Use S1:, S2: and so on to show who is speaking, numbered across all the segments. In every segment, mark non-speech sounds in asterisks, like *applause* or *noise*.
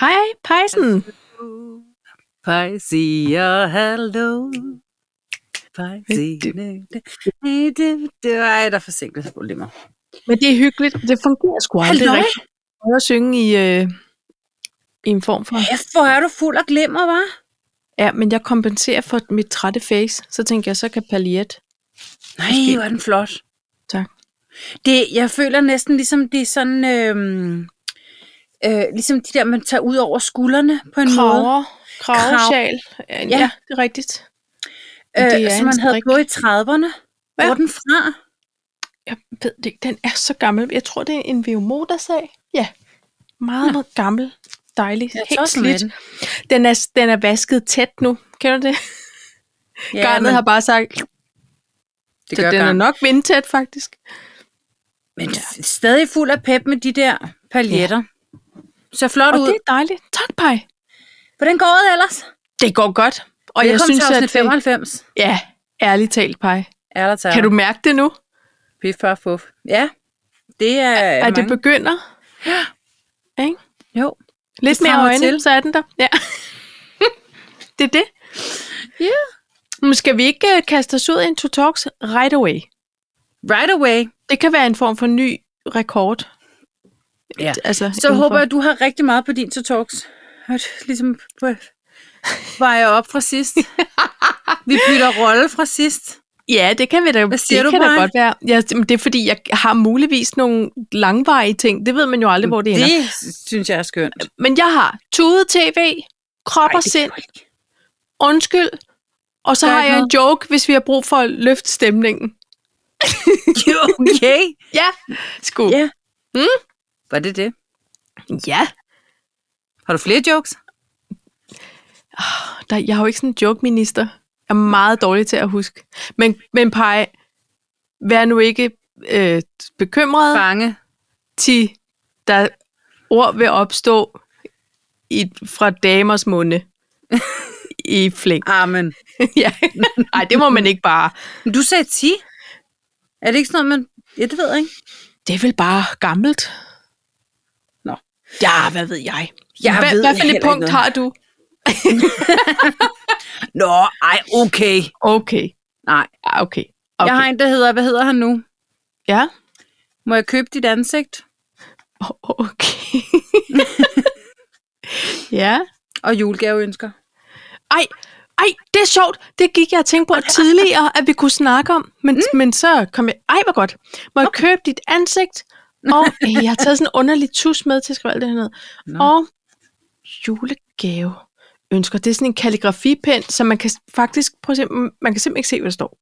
S1: Hej, pejsen.
S2: Pejsi og hallo. Pejsi. Det var et af forsinkelsesproblemer.
S1: Men det er hyggeligt. Det fungerer sgu aldrig
S2: Halløj.
S1: rigtigt. Prøv at synge i, øh, i en form for...
S2: Kæft, hvor er du fuld af glimmer, hva'?
S1: Ja, men jeg kompenserer for mit trætte face. Så tænker jeg, så kan Palliette.
S2: Nej, hvor er den flot.
S1: Tak.
S2: Det, jeg føler næsten ligesom, det er sådan... Øhm, øh, ligesom de der, man tager ud over skuldrene på en måde.
S1: Kraver. Kravesjal. Ja,
S2: Ja.
S1: ja, det er rigtigt. Men det
S2: Øh,
S1: er
S2: som
S1: en
S2: man havde
S1: strik.
S2: på i 30'erne.
S1: Ja.
S2: Hvor er den fra?
S1: Jeg ved det ikke. Den er så gammel. Jeg tror, det er en Vio der sag. Ja. Meget, meget gammel. Dejlig.
S2: Jeg er
S1: Helt
S2: tosset med
S1: slidt.
S2: den.
S1: Den er, den er vasket tæt nu. Kender du det? Ja, Garnet
S2: men
S1: har bare sagt,
S2: det
S1: så
S2: gør
S1: den er
S2: garn.
S1: nok vindtæt faktisk.
S2: Men f- stadig fuld af pep med de der paljetter. Så flot
S1: Og
S2: ud.
S1: det er dejligt. Tak, Paj.
S2: Hvordan går det ellers?
S1: Det går godt. Og jeg
S2: Velkommen
S1: synes,
S2: til
S1: at... øh,
S2: afsnit 95.
S1: Ja, ærligt talt, Paj.
S2: Ærligt talt.
S1: Kan du mærke det nu,
S2: Pif, paf, puff. Ja, det er,
S1: at
S2: mange.
S1: det begynder? Ja. Ikke?
S2: Jo.
S1: Lidt
S2: Det
S1: mere
S2: strager
S1: øjne,
S2: til.
S1: så er den der. Ja. *laughs* det er det.
S2: Ja.
S1: Men skal vi ikke uh, kaste os ud i en to talks right away?
S2: Right away.
S1: Det kan være en form for ny rekord.
S2: Ja.
S1: Altså,
S2: Så håber jeg, du har rigtig meget på din to talks. Hørt, Ligesom på, vejer op fra
S1: *laughs*
S2: sidst. Vi bytter rolle fra sidst.
S1: Ja, det kan vi da,
S2: Hvad siger
S1: det
S2: du,
S1: kan da
S2: Maja?
S1: godt være. Ja, men det er fordi, jeg har muligvis nogle langvarige ting. Det ved man jo aldrig, hvor det, det... ender.
S2: Det synes jeg er skønt.
S1: Men jeg har tude tv, krop
S2: Ej,
S1: og
S2: det
S1: sind,
S2: kan jeg *laughs* ikke.
S1: undskyld, og så
S2: Gør
S1: har
S2: ikke
S1: jeg en joke, hvis vi har brug for at løfte stemningen.
S2: Okay.
S1: Ja, sku.
S2: Ja.
S1: Ja.
S2: Var det det?
S1: ja.
S2: Har du flere jokes?
S1: Der, jeg har jo ikke sådan en joke-minister. Jeg er meget dårlig til at huske. Men, men Paj, vær nu ikke øh, bekymret.
S2: Bange.
S1: ti, der ord vil opstå i, fra damers
S2: *laughs*
S1: munde i flæng.
S2: Amen. *laughs*
S1: ja. Nej, det må man ikke bare.
S2: Men Du sagde 10. Er det ikke sådan noget, man... Ja, det ved jeg ikke.
S1: Det er vel bare gammelt.
S2: Nå.
S1: Ja, hvad ved jeg?
S2: Jeg
S1: hvad,
S2: ved
S1: hvad for
S2: heller
S1: et
S2: ikke
S1: punkt
S2: noget.
S1: har du?
S2: Nå, ej, okay.
S1: Okay.
S2: Nej,
S1: Ah, okay.
S2: okay.
S1: okay.
S2: Jeg har en, der hedder... Hvad hedder han nu?
S1: Ja, *laughs*
S2: Må jeg købe dit ansigt?
S1: O- okay.
S2: *laughs*
S1: ja.
S2: Og julegaveønsker.
S1: Ej, ej, det er sjovt. Det gik jeg og tænkte på tidligere, at vi kunne snakke om. Men, mm. men så kom jeg... Ej, hvor godt. Må jeg okay. købe dit ansigt?
S2: *laughs*
S1: Og øh, jeg har taget sådan en underlig tus med til at skrive alt det her ned.
S2: Nå.
S1: Og julegave ønsker. Det er sådan en kalligrafipen, som man kan faktisk... Prøv at se, man kan simpelthen ikke se, hvad der står.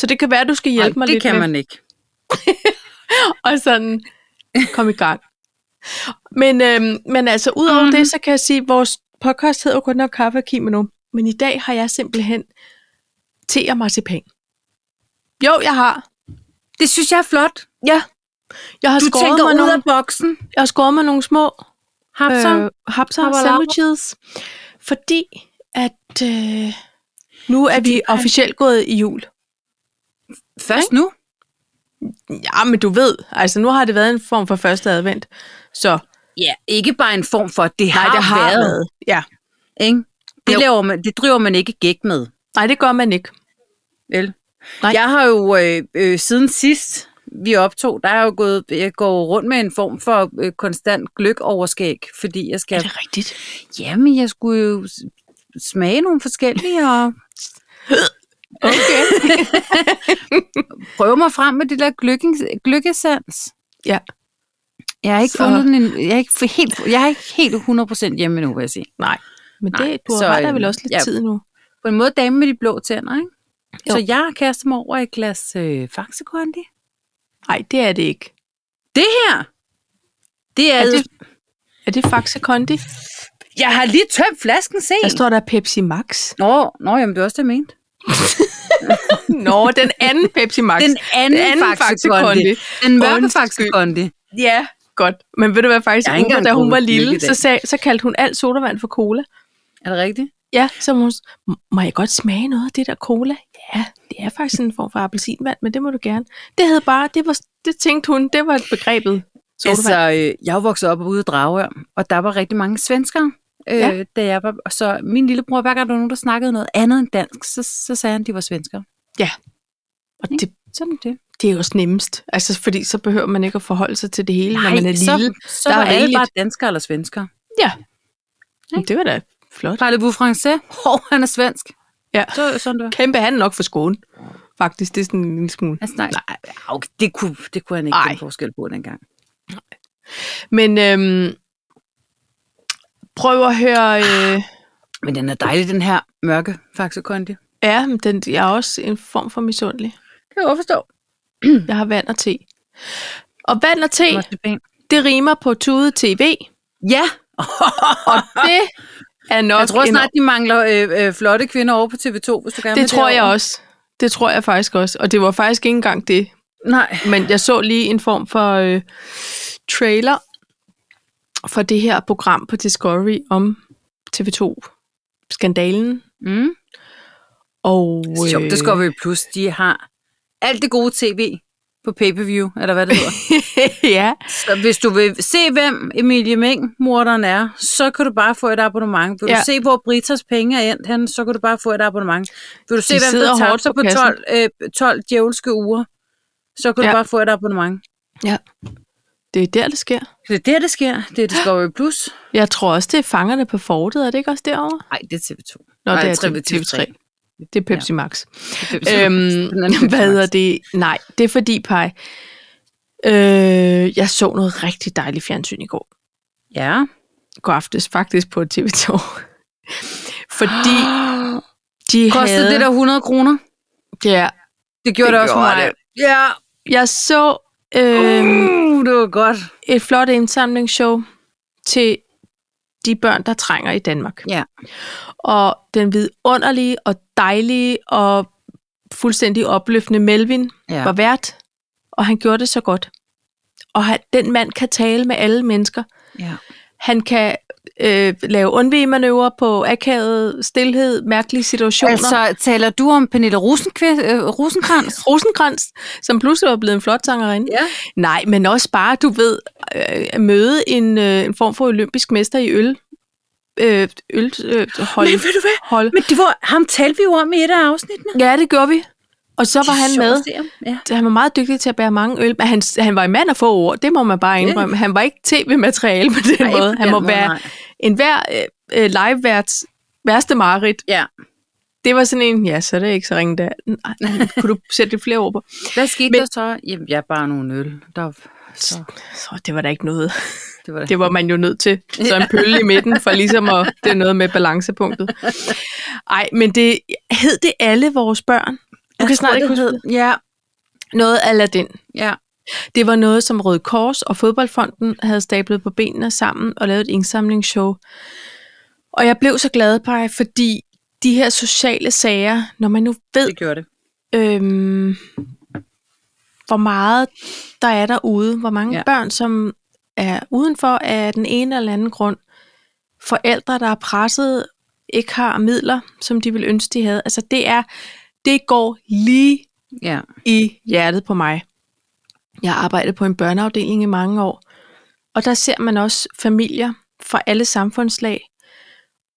S1: Så det kan være, du skal hjælpe
S2: Ej,
S1: mig
S2: det
S1: lidt
S2: kan
S1: med.
S2: man ikke.
S1: Og sådan, kom i gang. Men, øhm, men altså, udover
S2: Mhm.
S1: mm-hmm. det, så kan jeg sige, at vores podcast hedder jo kun nok kaffe og kimono. Men i dag har jeg simpelthen te og marcipan. Jo, jeg har.
S2: Det synes jeg er flot.
S1: Ja. Jeg har,
S2: Du
S1: skåret
S2: tænker
S1: mig,
S2: ud
S1: nogle,
S2: af boksen.
S1: jeg har skåret mig nogle små
S2: Hapser.
S1: øh, hapser og
S2: Habalaba.
S1: sandwiches. Fordi at øh, nu er vi
S2: man-
S1: officielt gået i jul.
S2: Først nu.
S1: Ja, men du ved, altså nu har det været en form for første advent. Så
S2: Ja, ikke bare en form for, at det
S1: nej,
S2: har,
S1: det har
S2: været.
S1: været. Ja.
S2: Ikke? Det,
S1: Jo.
S2: laver man, det driver man ikke gæk med.
S1: Nej, det gør man ikke.
S2: Vel?
S1: Nej.
S2: Jeg har jo øh, øh, siden sidst, vi optog, der er jeg jo gået, jeg går rundt med en form for øh, konstant gløkoverskæg, fordi jeg skal...
S1: det rigtigt?
S2: Jamen, jeg skulle jo s- smage nogle forskellige *laughs* og *laughs*
S1: Okay.
S2: prøve mig frem med det der gløkken- gløkkesans.
S1: ja.
S2: Jeg har ikke
S1: Så-
S2: fundet den, en, jeg er ikke f- helt, jeg er ikke helt 100% hjemme endnu, vil jeg sige.
S1: Nej. Men
S2: Nej,
S1: det, du har
S2: så,
S1: så, ret, der er
S2: øhm,
S1: vel også lidt
S2: ja.
S1: ja. tid nu.
S2: På en måde dame med de blå tænder, ikke?
S1: Jo.
S2: Jo. Så jeg kaster mig over et glas øh, faxekondi.
S1: Nej, det er det ikke.
S2: Det her, det er,
S1: Er
S2: er
S1: det,
S2: det?
S1: er det Faxe Kondi?
S2: Jeg har lige tømt flasken, se.
S1: Der står der Pepsi Max.
S2: Nå, nå, jamen det er også det, jeg mente.
S1: *laughs* Nå, den anden Pepsi Max.
S2: Den anden,
S1: Den anden
S2: anden
S1: Faxe
S2: Faxe
S1: Kondi.
S2: Kondi. Den mørke
S1: Undskyld.
S2: Faxe Kondi.
S1: Ja, godt. Men ved du hvad, faktisk,
S2: Jeg har ikke
S1: Uber,
S2: engang
S1: da hun var
S2: drukket
S1: lille,
S2: mælk
S1: så,
S2: i dag.
S1: sag, så kaldte hun alt sodavand for cola.
S2: Er det rigtigt?
S1: Ja, så må hun, s- "M- må jeg godt smage noget af det der cola? Ja, det er faktisk sådan en form for appelsinvand, men det må du gerne. Det hed bare, det, var, det tænkte hun, det var begrebet Sodavand.
S2: Altså, øh, jeg er jo vokset op ude i Dragør, og der var rigtig mange svenskere, øh,
S1: Ja.
S2: ja. da jeg var... og Så min lillebror, hver gang der var nogen, der snakkede noget andet end dansk, så, så sagde han, at de var svenskere.
S1: Og det,
S2: Sådan er det.
S1: det er jo også nemmest. Altså, fordi så behøver man ikke at forholde sig til det hele, når man er
S2: så,
S1: lille.
S2: så
S1: Der
S2: var
S1: er
S2: alle
S1: rigeligt.
S2: bare danskere eller svenskere.
S1: Men Det var da flot.
S2: Parlez-vous français? Hov, han er svensk.
S1: Ja.
S2: Så, sådan det var.
S1: Kæmpe han nok for Skåne. Faktisk, det er sådan en lille smule.
S2: Altså, nej, nej okay, det, kunne, det kunne han ikke
S1: Ej.
S2: den forskel på dengang.
S1: Men øhm, prøv at høre... Øh,
S2: Men den er dejlig, den her mørke Faxe Kondi.
S1: ja, men den, jeg er også en form for misundelig.
S2: Kan jeg overforstå. Hmm.
S1: Jeg har vand og te. Og vand og te,
S2: Marcipan.
S1: det rimer på tude tv.
S2: Ja,
S1: Og det er nok
S2: jeg tror
S1: en
S2: snart, de mangler øh, øh, flotte kvinder over på TV2, hvis du gerne
S1: Det
S2: vil
S1: tror jeg
S2: derover.
S1: også. Det tror jeg faktisk også. Og det var faktisk ikke engang det.
S2: Nej.
S1: Men jeg så lige en form for øh, trailer for det her program på Discovery om TV2-skandalen.
S2: Mm.
S1: Og, øh,
S2: Sjovt, det skal vi plus. De har alt det gode tv på pay-per-view, eller hvad
S1: *laughs*
S2: det hedder.
S1: *laughs* ja,
S2: så hvis du vil se, hvem Emilie Meng, morderen er, så kan du bare få et abonnement. Vil ja.
S1: Ja.
S2: du se, hvor Britas penge er endt hen, så kan du bare få et abonnement. Vil du se,
S1: De
S2: hvem
S1: sidder
S2: der
S1: hårdt
S2: tabte
S1: på
S2: sig på
S1: kassen.
S2: 12, øh, 12 djævelske uger, så kan du
S1: Ja.
S2: bare få et abonnement.
S1: det er der, det sker.
S2: Så det er der, det sker. Det er Discovery Plus.
S1: Jeg tror også, det er fangerne på fortet. Er det ikke også derovre?
S2: Nej, det er TV2.
S1: Nå,
S2: Ej,
S1: det er
S2: TV3.
S1: TV3. Det er Pepsi Max.
S2: øhm,
S1: Øhm, *laughs* hvad hedder det? Nej, det er fordi, Paj, øh, jeg så noget rigtig dejligt fjernsyn i går.
S2: Ja.
S1: går aftes faktisk på TV2. *laughs* Fordi de
S2: *gasps* Kostede
S1: havde...
S2: det der 100 kroner?
S1: Ja,
S2: Det gjorde det,
S1: Det
S2: også for
S1: gjorde
S2: mig.
S1: det.
S2: Ja.
S1: jeg så øh,
S2: Uh, det var godt.
S1: et flot indsamlingsshow til de børn, der trænger i Danmark.
S2: Ja.
S1: Og den vidunderlige og dejlige og fuldstændig opløftende Melvin
S2: Ja.
S1: ja. var vært, og han gjorde det så godt. Og han, den mand kan tale med alle mennesker.
S2: ja.
S1: Han kan øh, lave undvigemanøvrer på akavet, stillhed, mærkelige situationer.
S2: Altså, taler du om Pernille Rosenkv- øh, Rosenkrantz?
S1: Rosenkrantz, som pludselig var blevet en flot sangerinde.
S2: ja.
S1: Nej, men også bare, du ved, øh, at møde en, øh, en form for olympisk mester i øl. Øh, øl øh, hold,
S2: Men ved du hvad?
S1: hold.
S2: Men det var, ham talte vi jo om i et af afsnittene.
S1: Ja, det gjorde vi. Og så var
S2: Det er
S1: han
S2: sjovt
S1: med.
S2: at se ham. Ja.
S1: Han var meget dygtig til at bære mange øl, men han, han var en mand af få ord, det må man bare
S2: Ja.
S1: indrømme. Han var ikke tv-materiale på den
S2: Nej,
S1: måde.
S2: på
S1: Han
S2: den
S1: må
S2: måde,
S1: være
S2: nej.
S1: en hver øh, live-værts værste mareridt.
S2: Ja.
S1: Det var sådan en, ja, så er det ikke så ringe der. Nej, kunne du sætte lidt flere ord på?
S2: Hvad skete
S1: Men-
S2: der så? Jamen, jeg bare nogle øl. Der, så,
S1: Så det var da ikke noget.
S2: det var det.
S1: Det var man jo nødt til. Så en pølle i midten, for ligesom at, det er noget med balancepunktet. Ej, men det hed det alle vores børn. Du kan snart ikke huske det.
S2: Ja,
S1: Noget Aladdin.
S2: ja.
S1: Det var noget, som Røde Kors og Fodboldfonden havde stablet på benene sammen og lavet et indsamlingsshow. Og jeg blev så glad, Paj, fordi de her sociale sager, når man nu ved,
S2: Det gjorde det.
S1: øhm, hvor meget der er derude, hvor mange
S2: Ja.
S1: ja. børn, som er udenfor af den ene eller anden grund, forældre, der er presset, ikke har midler, som de ville ønske, de havde. Altså det er, det går lige
S2: Ja.
S1: i hjertet på mig. Jeg har arbejdet på en børneafdeling i mange år, og der ser man også familier fra alle samfundslag,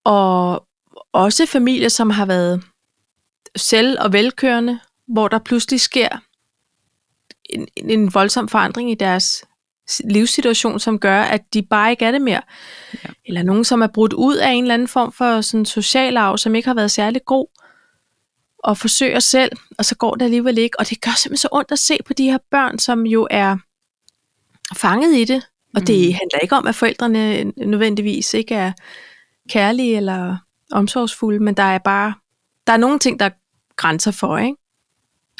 S1: og også familier, som har været selv- og velkørende, hvor der pludselig sker en, en- en voldsom forandring i deres s- livssituation, som gør, at de bare ikke er det mere. Ja. Eller nogen, som er brudt ud af en eller anden form for sådan social arv, som ikke har været særlig god, og forsøger selv, og så går det alligevel ikke. Og det gør simpelthen så ondt at se på de her børn, som jo er fanget i det. Og det
S2: Mm.
S1: handler ikke om, at forældrene nødvendigvis ikke er kærlige eller omsorgsfulde, men der er bare der er nogle ting, der er grænser for, ikke?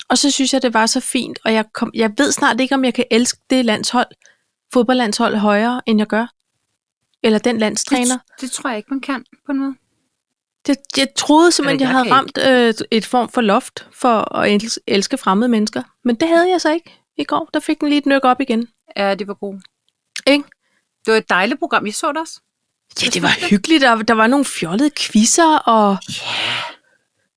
S1: Og så synes jeg, det var så fint, og jeg, kom, jeg ved snart ikke, om jeg kan elske det landshold, fodboldlandshold højere, end jeg gør. Eller den landstræner.
S2: Det, det tror jeg ikke, man kan på en måde.
S1: Det, jeg troede simpelthen,
S2: Eller
S1: jeg
S2: jeg
S1: havde ramt øh, et form for loft for at els- elske fremmede mennesker. Men det havde jeg så ikke i går. Der fik den lige et nyk op igen.
S2: Ja, det var godt.
S1: Ikke?
S2: Det var et dejligt program. Jeg så det også.
S1: Ja, det *laughs* var hyggeligt. Der, der var nogle fjollede quizzer, og...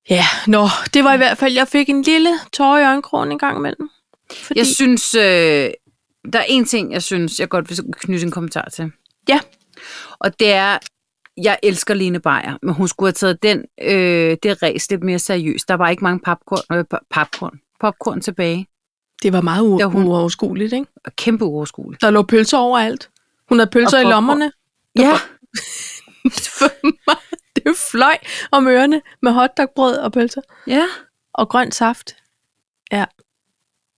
S1: Ja, nå, det var i hvert fald, jeg fik en lille tårer i øjenkrogen en gang imellem. Fordi...
S2: Jeg synes, øh, der er en ting, jeg synes, jeg godt vil knytte en kommentar til.
S1: Ja.
S2: Og det er, jeg elsker Line Beyer, men hun skulle have taget den, øh, det ræs lidt mere seriøst. Der var ikke mange popcorn, øh, pa- popcorn, popcorn tilbage.
S1: Det var meget u-
S2: Ja, hun-
S1: uoverskueligt, ikke?
S2: Og kæmpe uoverskueligt.
S1: Der lå pølser overalt. Hun havde pølser
S2: Og
S1: i
S2: popcorn.
S1: lommerne. *laughs*
S2: Ja,
S1: det fløj om ørerne med hotdogbrød og pølser.
S2: ja.
S1: Og grøn saft.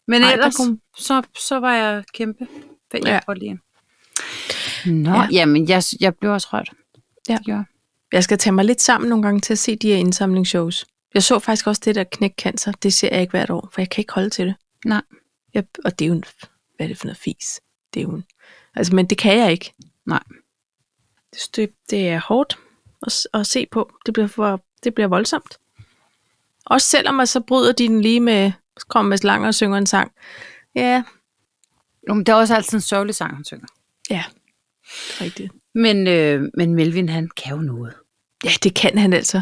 S2: Men
S1: Ej, der
S2: ellers,
S1: kunne-
S2: så, så var jeg kæmpe. Jeg
S1: Ja.
S2: ja. godt lide. Nå, ja. jamen, jeg, jeg blev også rørt.
S1: Ja.
S2: Det gjorde jeg.
S1: Jeg skal tage mig lidt sammen nogle gange til at se de her indsamlingsshows. Jeg så faktisk også det der knæk cancer. Det ser jeg ikke hvert år, for jeg kan ikke holde til det.
S2: Nej.
S1: Jeg, og det er jo en, hvad er det for noget fis? Det er jo en, altså, men det kan jeg ikke.
S2: Nej.
S1: Jeg synes, Det, det er hårdt at, s- at se på. Det bliver, for, det bliver voldsomt. Også selvom man så bryder de den lige med, så kommer Mads Langer og synger en sang. Ja,
S2: Jo, men det er også altid en sørgelig sang, hun synger.
S1: ja, det er rigtigt.
S2: Men, øh, men Melvin, han kan jo noget.
S1: Ja, det kan han altså.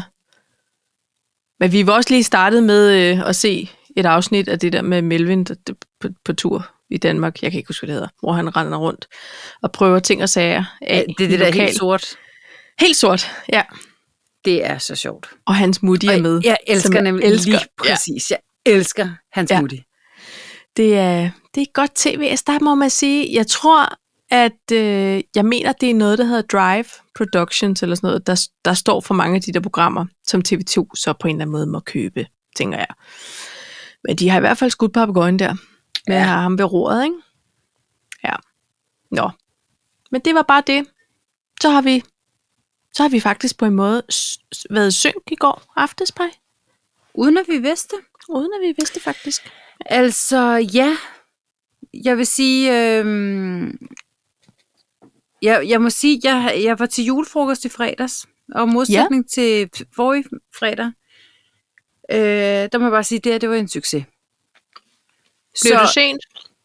S1: Men vi var også lige startet med øh, at se et afsnit af det der med Melvin der, der, på, på tur i Danmark. Jeg kan ikke huske, hvad det hedder. Hvor han render rundt og prøver ting og sager af.
S2: Øh, det er
S1: i
S2: det der
S1: lokal-
S2: helt sort.
S1: helt sort. ja. Det,
S2: Det er så sjovt.
S1: og hans mutti er med.
S2: Jeg elsker
S1: som jeg
S2: nemlig
S1: elsker.
S2: elsker. lige
S1: Ja.
S2: præcis. Ja. Jeg elsker hans
S1: Ja.
S2: ja. mutti.
S1: Det er, det er godt tv. Altså, der må man sige, jeg tror, at øh, jeg mener, det er noget, der hedder Drive Productions eller sådan noget, der, der står for mange af de der programmer, som TV2 så på en eller anden måde må købe, tænker jeg. Men de har i hvert fald skudt papegøjen der, med ja.
S2: Ja.
S1: at have ham ved roret, ikke? Ja. Nå. Men det var bare det. Så har vi, så har vi faktisk på en måde s- s- været synk i går aftespej,
S2: Uden at vi vidste.
S1: uden at vi vidste det faktisk.
S2: Altså, ja. Jeg vil sige... Øh, jeg, jeg må sige, jeg, jeg var til julefrokost i fredags. Og i modsætning ja. til forrige fredag, øh, der må jeg bare sige, det her, det var en succes.
S1: Blev det sent?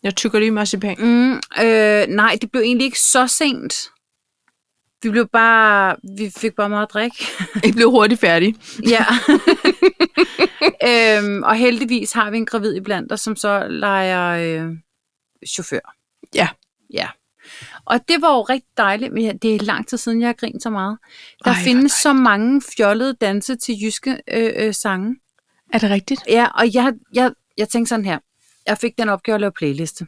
S1: Jeg tykker lige marcipan.
S2: Mm, øh, nej, det blev egentlig ikke så sent. Vi blev bare, vi fik bare meget drik.
S1: *laughs* I blev hurtigt færdige.
S2: ja. *laughs* øhm, og heldigvis har vi en gravid iblandt os, som så leger øh, chauffør.
S1: Ja.
S2: Ja. Og det var jo rigtig dejligt, men jeg- det er lang tid siden, jeg har grint så meget.
S1: Ej, hvor
S2: Der Ej, findes så mange fjollede danse til jyske øh, øh, sange.
S1: Er det rigtigt?
S2: Ja, og jeg, jeg, jeg tænkte sådan her. Jeg fik den opgave at lave playliste.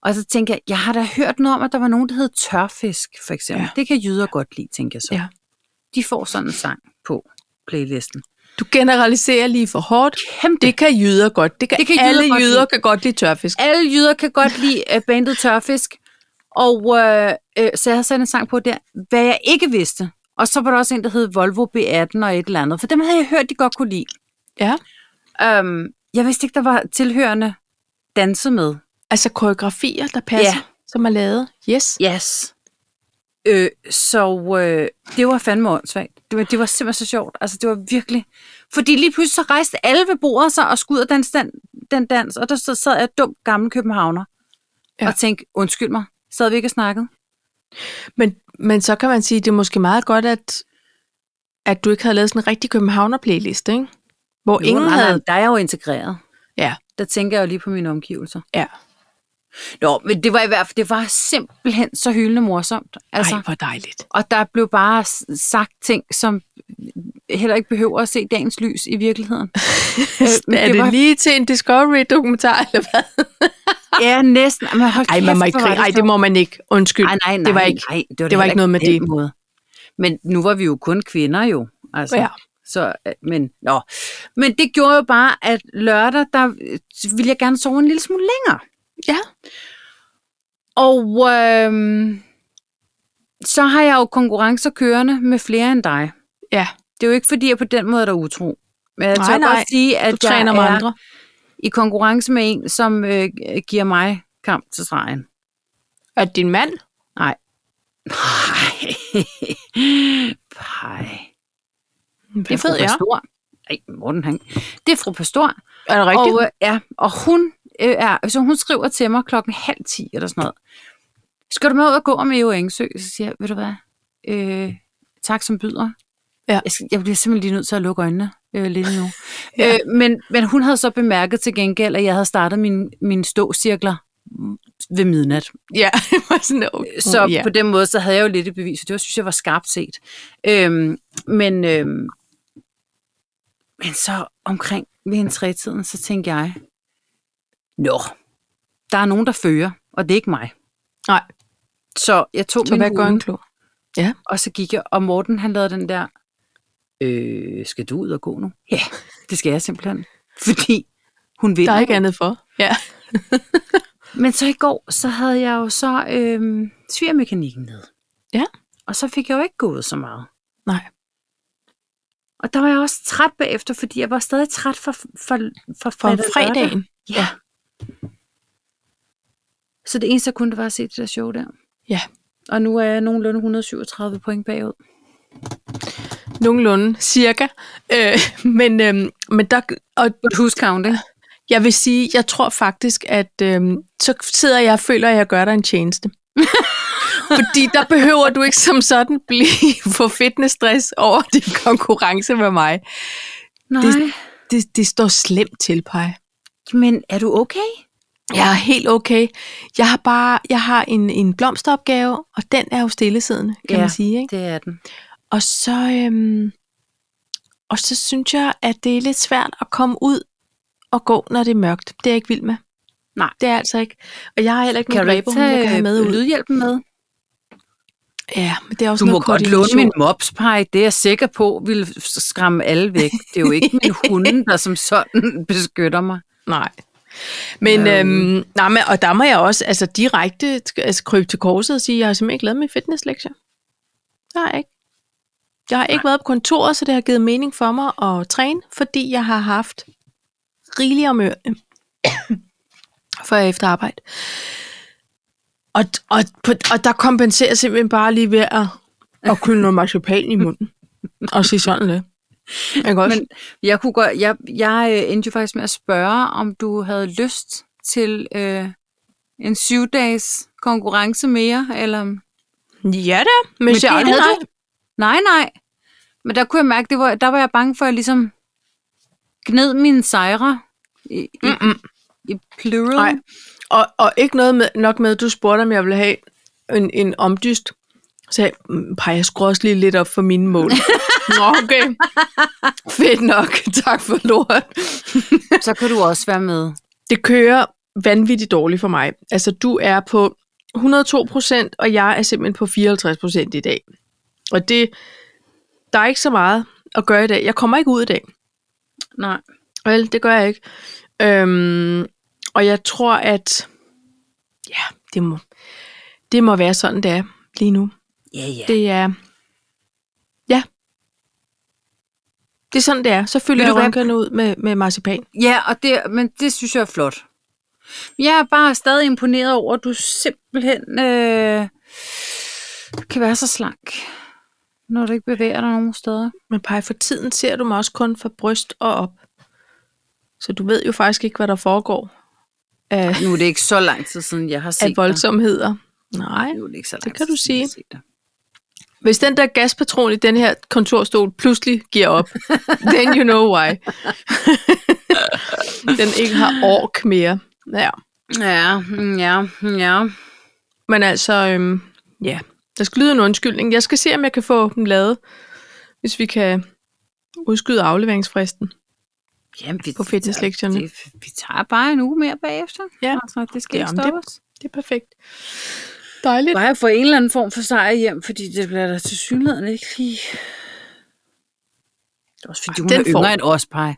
S2: Og så tænkte jeg, jeg har da hørt noget om, at der var nogen, der hed tørfisk, for eksempel.
S1: Ja.
S2: Ja. Det kan jyder godt lide, tænker jeg så.
S1: Ja.
S2: De får sådan en sang på playlisten.
S1: Du generaliserer lige for hårdt.
S2: Kæmpe.
S1: Det kan jyder godt. Det kan, det
S2: Det
S1: kan
S2: kan
S1: alle
S2: jyder
S1: jyder,
S2: godt
S1: jyder
S2: lide.
S1: kan godt lide tørfisk.
S2: Alle jyder kan godt lide øh, bandet tørfisk. Og øh, øh, så jeg havde sat en sang på der, hvad jeg ikke vidste. Og så var der også en, der hed Volvo B18 og et eller andet. For dem havde jeg hørt, de godt kunne lide.
S1: Ja.
S2: Øhm, jeg vidste ikke, der var tilhørende danse med.
S1: Altså koreografier, der passer, ja. som er lavet. Yes.
S2: Yes. Øh, så øh, det var fandme åndssvagt. Det var, det var simpelthen så sjovt. Altså, det var virkelig... Fordi lige pludselig så rejste alle ved bordet sig og skulle ud og danse den, den dans, og der så sad jeg dum gammel københavner
S1: Ja.
S2: ja. og tænkte, undskyld mig, sad vi ikke og snakkede?
S1: Men, men så kan man sige, det er måske meget godt, at, at du ikke havde lavet sådan en rigtig københavner-playlist, ikke? Hvor jo, ingen
S2: nej, nej,
S1: havde...
S2: Der er jeg jo integreret.
S1: Ja,
S2: Der tænker jeg jo lige på mine omgivelser.
S1: ja.
S2: Nå, men det var i hvert fald, det var simpelthen så hyldende morsomt.
S1: Altså.
S2: Altså,
S1: Ej, hvor dejligt.
S2: og der blev bare s- sagt ting, som heller ikke behøver at se dagens lys i virkeligheden.
S1: *laughs*
S2: Øh,
S1: *laughs*
S2: men
S1: er det, det
S2: var-
S1: lige til en Discovery-dokumentar, eller hvad?
S2: Ja, næsten. Men hold
S1: Ej, man må ikke grine. Ej, det må man ikke. Undskyld.
S2: nej, nej, nej,
S1: det var ikke,
S2: nej, det var,
S1: det var ikke noget med det.
S2: Måde. Men nu var vi jo kun kvinder jo. Altså.
S1: Ja.
S2: Så, øh, men, nå. men det gjorde jo bare, at lørdag, der øh, ville jeg gerne sove en lille smule længere.
S1: Ja.
S2: Og øhm, så har jeg jo konkurrencer kørende med flere end dig.
S1: Ja,
S2: Det er jo ikke fordi, jeg på den måde er der utro. Men jeg
S1: Nej,
S2: tør
S1: nej.
S2: godt sige, at
S1: du træner
S2: jeg
S1: med
S2: er
S1: andre.
S2: i konkurrence med en, som øh, giver mig kamp til
S1: *laughs*
S2: stregen.
S1: Er det din mand?
S2: Nej. Nej. Nej. Det er
S1: Hvad ved
S2: fru
S1: jeg?
S2: Pastor. Ej, Morten, han. Det er fru Pastor.
S1: Er det rigtigt?
S2: Og, øh, ja, og hun, øh, er, altså, hun skriver til mig klokken halv ti eller sådan noget. Skal du med ud og gå med Eo Engsø? Så siger jeg, ved du hvad? Øh, tak som byder.
S1: Ja.
S2: Jeg, skal, jeg bliver simpelthen lige nødt til at lukke øjnene øh, lidt
S1: *laughs*
S2: nu.
S1: Ja.
S2: ja. øh, men, men hun havde så bemærket til gengæld, at jeg havde startet mine, mine ståcirkler ved midnat.
S1: øh, Ja, *laughs* det var sådan, okay.
S2: Så
S1: ja.
S2: på den måde, så havde jeg jo lidt et bevis, og det var, synes jeg var skarpt set. Øhm, men, øhm, men så omkring ved en trætiden, så tænkte jeg, nå, der er nogen, der fører, og det er ikke mig.
S1: Nej,
S2: Så jeg tog
S1: så
S2: min
S1: hvad gør
S2: hue,
S1: en klog?
S2: og så gik jeg, og Morten han lavede den der, øh, skal du ud og gå nu? Ja, det skal jeg simpelthen, fordi hun vil.
S1: Der er ikke andet for. Ja.
S2: Men så i går, så havde jeg jo så øh, svigermekanikken ned.
S1: Ja.
S2: Og så fik jeg jo ikke gået så meget.
S1: Nej.
S2: Og der var jeg også træt bagefter, fordi jeg var stadig træt for, for, for,
S1: For
S2: fredag og lørdag.
S1: fredagen.
S2: Ja. Så det eneste, jeg kunne, det var at se det der show der.
S1: Ja.
S2: Og nu er jeg nogenlunde 137 point bagud.
S1: Nogenlunde, cirka. Øh, *laughs* men, øhm, men der, og
S2: På et huscount, ikke?
S1: jeg vil sige, jeg tror faktisk, at øhm, så sidder jeg og føler, at jeg gør dig en *laughs* tjeneste. Fordi der behøver du ikke som sådan blive *laughs* få fitnessstress over din konkurrence med mig.
S2: Nej.
S1: Det- Det, det står slemt til, Paj.
S2: Men er du okay?
S1: Jeg er helt okay. Jeg har bare jeg har en, en blomsteropgave, og den er jo stillesiddende, kan
S2: Ja.
S1: ja. man sige. Ikke?
S2: Det er den.
S1: Og så, øhm, og så synes jeg, at det er lidt svært at komme ud og gå, når det er mørkt. Det er jeg ikke vild med.
S2: Nej.
S1: Det er jeg altså ikke. Og jeg har heller ikke
S2: Kan
S1: nogen
S2: du ikke
S1: ræberhund, jeg kan
S2: tage
S1: have med
S2: med
S1: ud.
S2: lydhjælpen med?
S1: Ja, men det er også
S2: Du må
S1: noget
S2: godt låne
S1: koordination.
S2: min mopspej. Det er jeg sikker på, vil skræmme alle væk. Det er jo ikke min *laughs* hunde, der som sådan beskytter mig.
S1: Nej. Men,
S2: Ja.
S1: øhm, nej, men, og der må jeg også altså, direkte altså, krybe til korset og sige, at jeg har simpelthen ikke lavet min fitnesslektier. Det har jeg ikke. Jeg har ikke været på kontoret, så det har givet mening for mig at træne, fordi jeg har haft rigeligt om ørerne *coughs* for efter arbejde. Og, og, på, og der kompenserer jeg simpelthen bare lige ved at, at køle noget marcipan i munden.
S2: *laughs*
S1: Og sige sådan lidt. Ikke også?
S2: Men jeg, kunne godt, jeg, jeg øh, endte jo faktisk med at spørge, om du havde lyst til øh, en syv-dages konkurrence mere, eller...
S1: Men, ja da, men,
S2: det
S1: jeg aldrig
S2: havde
S1: nej.
S2: du- Nej, nej. Men der kunne jeg mærke, det var, der var jeg bange for, at jeg ligesom gned mine sejre i, i,
S1: Mm-mm.
S2: i plural.
S1: Nej. Og, og ikke noget med, nok med, at du spurgte, om jeg ville have en, en omdyst. Så sagde jeg, "Mm, Paj, jeg skruer også lige lidt op for mine mål. Nå, okay. Fedt nok. Tak for lort.
S2: Så kan du også være med.
S1: Det kører vanvittigt dårligt for mig. Altså, du er på 102 procent, og jeg er simpelthen på 54 procent i dag. Og det, der er ikke så meget at gøre i dag. Jeg kommer ikke ud i dag.
S2: Nej.
S1: Vel, det gør jeg ikke. Øhm, og jeg tror, at ja, det må, det må være sådan, det er lige nu.
S2: Ja, ja.
S1: Det er, ja. Det er sådan, det er. Så fylder
S2: Ved
S1: jeg
S2: du hvad?
S1: rundkørende ud med, med marcipan.
S2: Ja, og det, men det synes jeg er flot. Jeg er bare stadig imponeret over, at du simpelthen øh, kan være så slank, når du ikke bevæger dig nogen steder.
S1: Men pej, for tiden ser du mig også kun fra bryst og op. Så du ved jo faktisk ikke, hvad der foregår af,
S2: Nu er det ikke så lang tid siden, jeg har set
S1: af voldtomheder. Nej.
S2: dig. Nu er det ikke så lang
S1: Det kan
S2: tid
S1: du
S2: siden, jeg har
S1: sige.
S2: set dig.
S1: Hvis den der gaspatron i den her kontorstol pludselig giver op, then you know why. den ikke har ork mere. Ja.
S2: Ja, mm, ja, mm, ja.
S1: Men altså, øhm, ja, der skal lyde en undskyldning. Jeg skal se, om jeg kan få dem lavet, hvis vi kan udskyde afleveringsfristen.
S2: Jamen, vi,
S1: På fitnesslektionerne.
S2: det- Vi tager bare en uge mere bagefter.
S1: Ja,
S2: altså, det skal
S1: det er
S2: ikke
S1: om det.
S2: stoppes.
S1: Det er perfekt. Dejligt.
S2: Bare jeg får en eller anden form for sejr hjem, fordi det bliver der til synligheden ikke lige... Det er også fordi,
S1: Ej,
S2: hun
S1: den
S2: er yngre
S1: får-
S2: end os, Paj.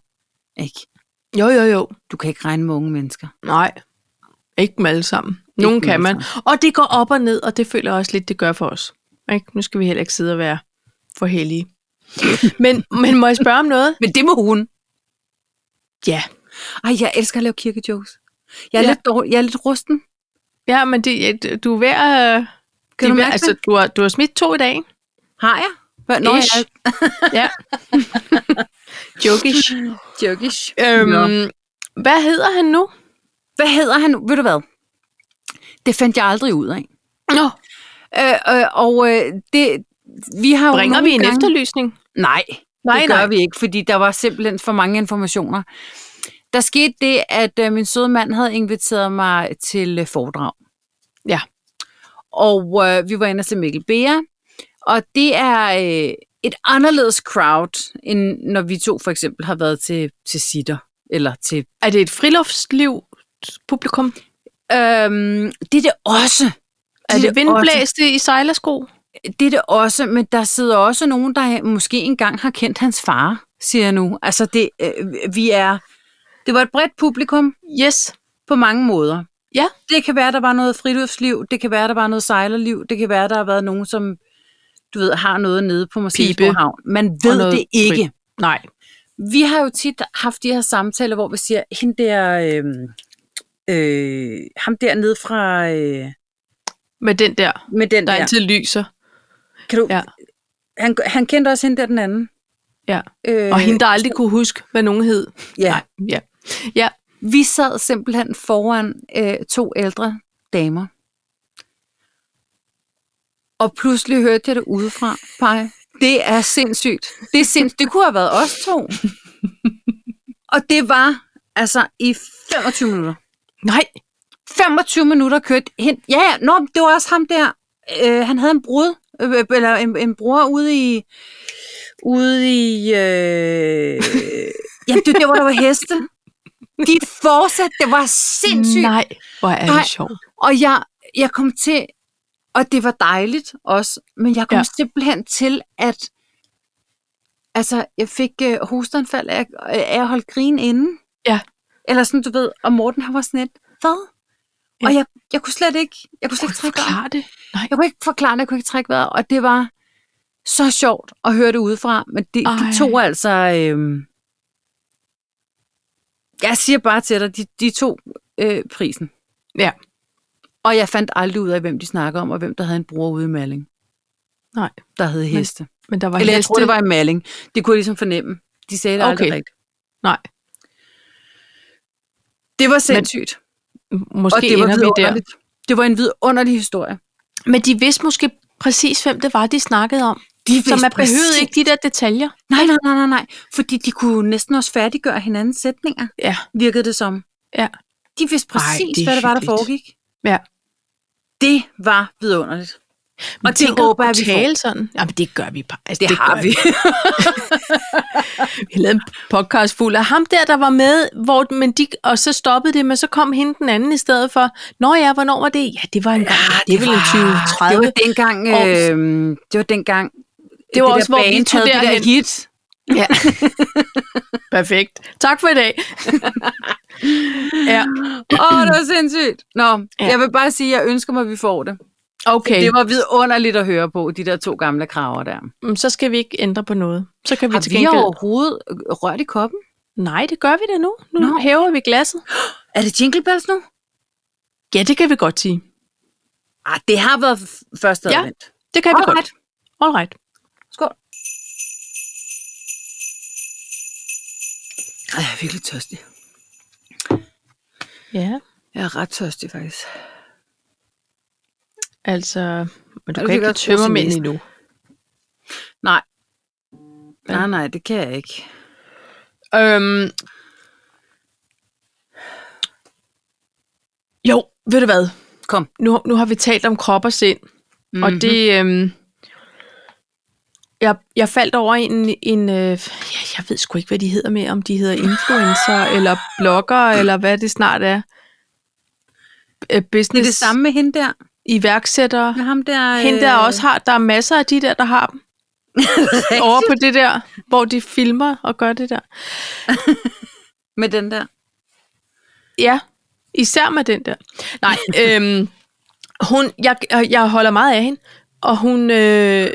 S2: Ikke?
S1: Jo, jo, jo.
S2: Du kan ikke regne med unge mennesker.
S1: Nej, ikke dem alle sammen. Nogle
S2: dem
S1: kan
S2: alle
S1: man. Og det går op og ned, og det føler jeg også lidt, det gør for os. Ikke? Nu skal vi heller ikke sidde og være for
S2: *laughs*
S1: heldige. men, men må jeg spørge om noget?
S2: Men det må hun.
S1: Ja.
S2: Ej, jeg elsker at lave kirkejokes. Jeg er,
S1: Ja.
S2: ja. lidt, dårlig, jeg er lidt rusten.
S1: Ja, men det, du er ved at... øh, de
S2: Kan du
S1: er ved-
S2: mærke
S1: altså,
S2: det?
S1: Du har, du har smidt to i dag, ikke?
S2: Har jeg? Hvad, Nå, jeg
S1: Ish.
S2: er
S1: Ja.
S2: *laughs*
S1: Jokish.
S2: jokish.
S1: Øhm,
S2: Nå.
S1: Hvad hedder han nu?
S2: Hvad hedder han nu? Ved du hvad? Det fandt jeg aldrig ud af.
S1: Nå,
S2: Øh, øh, og øh, det, vi har jo
S1: bringer
S2: nogle
S1: vi en
S2: gange...
S1: efterlysning?
S2: Nej,
S1: Nej,
S2: det gør
S1: nej.
S2: vi ikke, fordi der var simpelthen for mange informationer. Der skete det, at øh, min søde mand havde inviteret mig til øh, foredrag.
S1: Ja.
S2: Og øh, vi var inde og se Mikkel Bea. Og det er øh, et anderledes crowd, end når vi to for eksempel har været til, til sitter eller til...
S1: Er det et friluftsliv publikum?
S2: Øhm, det er det også.
S1: Er det vindblæste i sejlersko?
S2: Også, det er det også, men der sidder også nogen, der måske engang har kendt hans far, siger jeg nu. Altså, det, øh, vi er... Det var et bredt publikum
S1: Yes.
S2: på mange måder.
S1: Ja.
S2: Det kan være, der var noget friluftsliv, det kan være, der var noget sejlerliv, det kan være, der har været nogen, som du ved, har noget nede på Marseilles
S1: Pibe.
S2: Havn. Man
S1: Og
S2: ved
S1: noget
S2: det ikke.
S1: frit. Nej.
S2: Vi har jo tit haft de her samtaler, hvor vi siger, hende der, øh, øh, ham der nede fra, øh,
S1: Med den der,
S2: med den
S1: der
S2: der,
S1: altid lyser.
S2: kan du, ja.
S1: Ja.
S2: han, han kendte også hende der den anden.
S1: Ja.
S2: Øh,
S1: Og hende, der aldrig kunne huske, hvad nogen hed.
S2: ja.
S1: Nej, ja. Ja,
S2: Vi sad simpelthen foran øh, to ældre damer. Og pludselig hørte jeg det udefra, Paj. Det er sindssygt. Det er sindssygt. Det kunne have været os to. Og det var altså i 25 minutter.
S1: nej.
S2: 25 minutter kørt hen. Ja, ja, nå, det var også ham der. Øh, han havde en brud, øh, eller en, en bror ude i... Ude i... Øh, jamen, det var der, hvor der var heste. De fortsatte, det var sindssygt. Nej.
S1: Nej, hvor er
S2: Nej.
S1: det sjovt.
S2: Og jeg, jeg kom til, og det var dejligt også, men jeg kom ja.
S1: Ja.
S2: simpelthen til, at altså, jeg fik øh, hostanfald af, af at holde grin inden.
S1: Ja.
S2: Eller sådan, du ved, og Morten han var sådan lidt, hvad? Ja.
S1: Ja.
S2: Og jeg, jeg kunne slet ikke, jeg kunne slet
S1: Kunne du
S2: ikke trække vejret.
S1: forklare det? Nej.
S2: Jeg kunne ikke forklare det, jeg kunne ikke trække vejret, og det var så sjovt at høre det udefra, men det,
S1: Ej.
S2: de to er altså, øhm, jeg siger bare til dig, de, de to øh, prisen.
S1: Ja.
S2: Og jeg fandt aldrig ud af, hvem de snakker om, og hvem der havde en bror ude i Malling,
S1: Nej,
S2: der hed Heste. Men,
S1: men der var
S2: Eller jeg
S1: heste.
S2: tror, det var i Malling. Det kunne jeg ligesom fornemme. De sagde det okay. aldrig
S1: Okay.
S2: rigtigt.
S1: Nej,
S2: Det var sindssygt. Men,
S1: måske
S2: og det var
S1: ender vi der.
S2: vidunderligt. Det var en vidunderlig historie.
S1: Men de vidste måske præcis, hvem det var, de snakkede om.
S2: De
S1: Så man behøvede ikke de der detaljer.
S2: Nej, nej, nej, nej, nej. Fordi de kunne jo næsten også færdiggøre hinandens sætninger,
S1: Ja,
S2: virkede det som.
S1: Ja.
S2: De vidste præcis, Ej,
S1: det er
S2: hvad det var, der
S1: hyggeligt.
S2: foregik.
S1: ja.
S2: Det var vidunderligt.
S1: Men
S2: Og det
S1: tænker du
S2: håber
S1: på
S2: jeg, vi får.
S1: tale sådan. Jamen, det gør vi bare. Altså,
S2: Det, det har
S1: gør
S2: vi.
S1: Vi lavede en podcast fuld af ham der, der var med, hvor, men de, og så stoppede det, men så kom hende den anden i stedet for. Nå ja, hvornår var det? Ja, det var en gang. Ja, det, det var øhm, 2030.
S2: Det var dengang...
S1: års.
S2: Øh, det var dengang...
S1: Det var også, hvor vi tog
S2: havde det der
S1: derhen.
S2: hit.
S1: Ja. *laughs* Perfekt. Tak for i dag. *laughs* ja,
S2: Åh, oh, det var sindssygt. Nå, ja.
S1: Ja.
S2: jeg vil bare sige, at jeg ønsker mig, at vi får det.
S1: okay.
S2: Det var vidunderligt at høre på, de der to gamle kraver der.
S1: Mm, Så skal vi ikke ændre på noget. Så kan vi
S2: Har
S1: til
S2: vi
S1: gengæld...
S2: overhovedet rørt i koppen?
S1: Nej, det gør vi da nu. Nu
S2: Nå.
S1: Nå. hæver vi glasset.
S2: Er det Jingle Bells nu?
S1: Ja, det kan vi godt sige.
S2: Ah, det har været f- første
S1: Ja.
S2: advent.
S1: Det kan vi
S2: Alright.
S1: godt. All right.
S2: Skål. Ej, jeg er virkelig tørstig.
S1: Ja,
S2: Jeg er ret tørstig, faktisk.
S1: altså... Men du
S2: det
S1: kan ikke
S2: godt
S1: tømme
S2: bruge
S1: mig
S2: sin næse.
S1: endnu.
S2: Nej. Nej, nej, det kan jeg ikke.
S1: Øhm. Jo, ved du hvad?
S2: Kom.
S1: Nu, nu har vi talt om krop og sind, mm-hmm.
S2: Mhm.
S1: og det... Øhm, jeg, jeg faldt over en, en øh, ja, jeg ved sgu ikke, hvad de hedder med, om de hedder
S2: *laughs*
S1: influencer, eller blogger, eller hvad det snart er. Øh, Business
S2: Det er det samme med hende der.
S1: iværksættere.
S2: Med ham der. øh,
S1: Hende der også har, der er masser af de der, der
S2: *laughs*
S1: har dem. Over på det der, hvor de filmer og gør det der.
S2: Med den der.
S1: Ja, især med den der.
S2: *laughs*
S1: Nej, øhm, hun, jeg, jeg holder meget af hende, og hun, øh,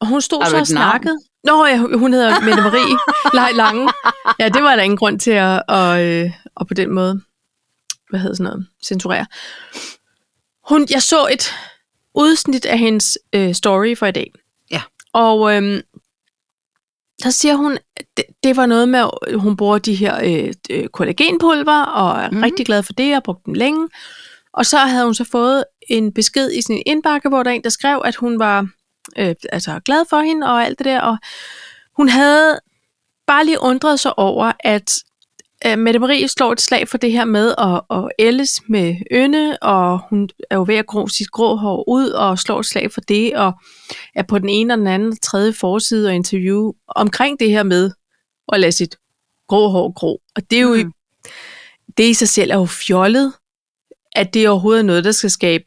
S1: hun stod
S2: Har du
S1: så og
S2: et navn?
S1: snakkede. Nå, ja, hun
S2: *laughs*
S1: hedder Mette Marie Lej Lange. Ja, det var der ingen grund til at, og, øh, og på den måde, hvad hedder sådan noget, censurere. Hun, jeg så et udsnit af hendes øh, story for i dag.
S2: Ja.
S1: Og øhm, der siger hun, at det, det var noget med, at hun bruger de her øh, øh, kollagenpulver, og er
S2: Mhm.
S1: mm. rigtig glad for det, og har brugt dem længe. Og så havde hun så fået en besked i sin indbakke, hvor der er en, der skrev, at hun var øh, altså glad for hende og alt det der. Og hun havde bare lige undret sig over, at øh, Mette Marie slår et slag for det her med at, at ældes med ønne, og hun er jo ved at gro sit grå hår ud og slår et slag for det, og er på den ene og den anden og tredje forside og interview omkring det her med at lade sit grå hår grå. Og det er jo mm. det i sig selv er jo fjollet, at det overhovedet er noget, der skal skabe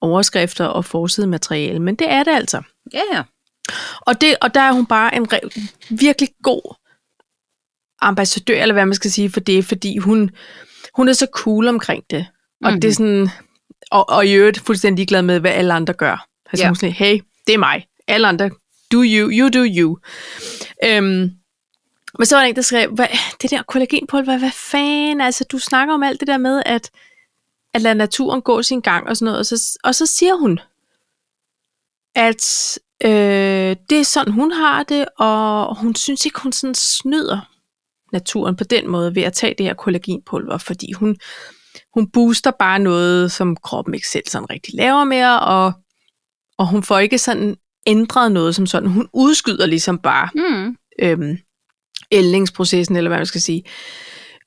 S1: overskrifter og forsidemateriale, men det er det altså.
S2: Ja, ja.
S1: Og, det, og der er hun bare en re- virkelig god ambassadør, eller hvad man skal sige for det, fordi hun, hun er så cool omkring det. Og mm-hmm. det er sådan, og, og i øvrigt fuldstændig ligeglad med, hvad alle andre gør. Altså
S2: Ja.
S1: yeah. hun er sådan, hey, det er mig. Alle andre, do you, you do you. Øhm, men så var der en, der skrev, hvad, det der kollagenpulver, hvad fanden, altså du snakker om alt det der med, at, at lade naturen gå sin gang og sådan noget, og så, og så siger hun, at øh, det er sådan, hun har det, og hun synes ikke, hun sådan snyder naturen på den måde ved at tage det her kollagenpulver, fordi hun, hun booster bare noget, som kroppen ikke selv sådan rigtig laver mere, og, og hun får ikke sådan ændret noget som sådan. Hun udskyder ligesom bare
S2: Mm.
S1: øhm, ældningsprocessen, eller hvad man skal sige.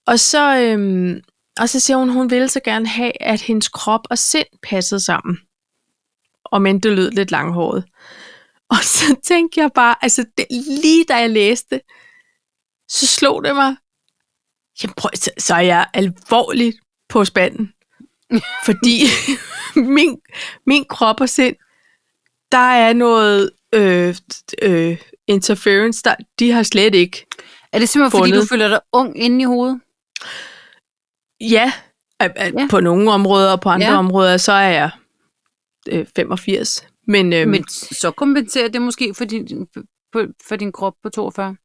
S1: Og så, øhm, og så siger hun, hun ville så gerne have, at hendes krop og sind passede sammen. Og men det lød lidt langhåret. *laughs* Og så tænkte jeg bare, altså det, lige da jeg læste, det, så slog det mig, jamen prøv, så, så er jeg alvorligt på spanden. Fordi min, min krop og sind, der er noget øh, øh, interference, der, de har slet ikke.
S2: Er det simpelthen, fordi
S1: Fundet.
S2: du føler dig ung inde i hovedet?
S1: Ja, al- al-
S2: Ja.
S1: på nogle områder og på andre
S2: Ja.
S1: ja. områder, så er jeg øh, 85. Men, øh, Men
S2: Men så kompenserer det måske for din, for, for din krop på 42?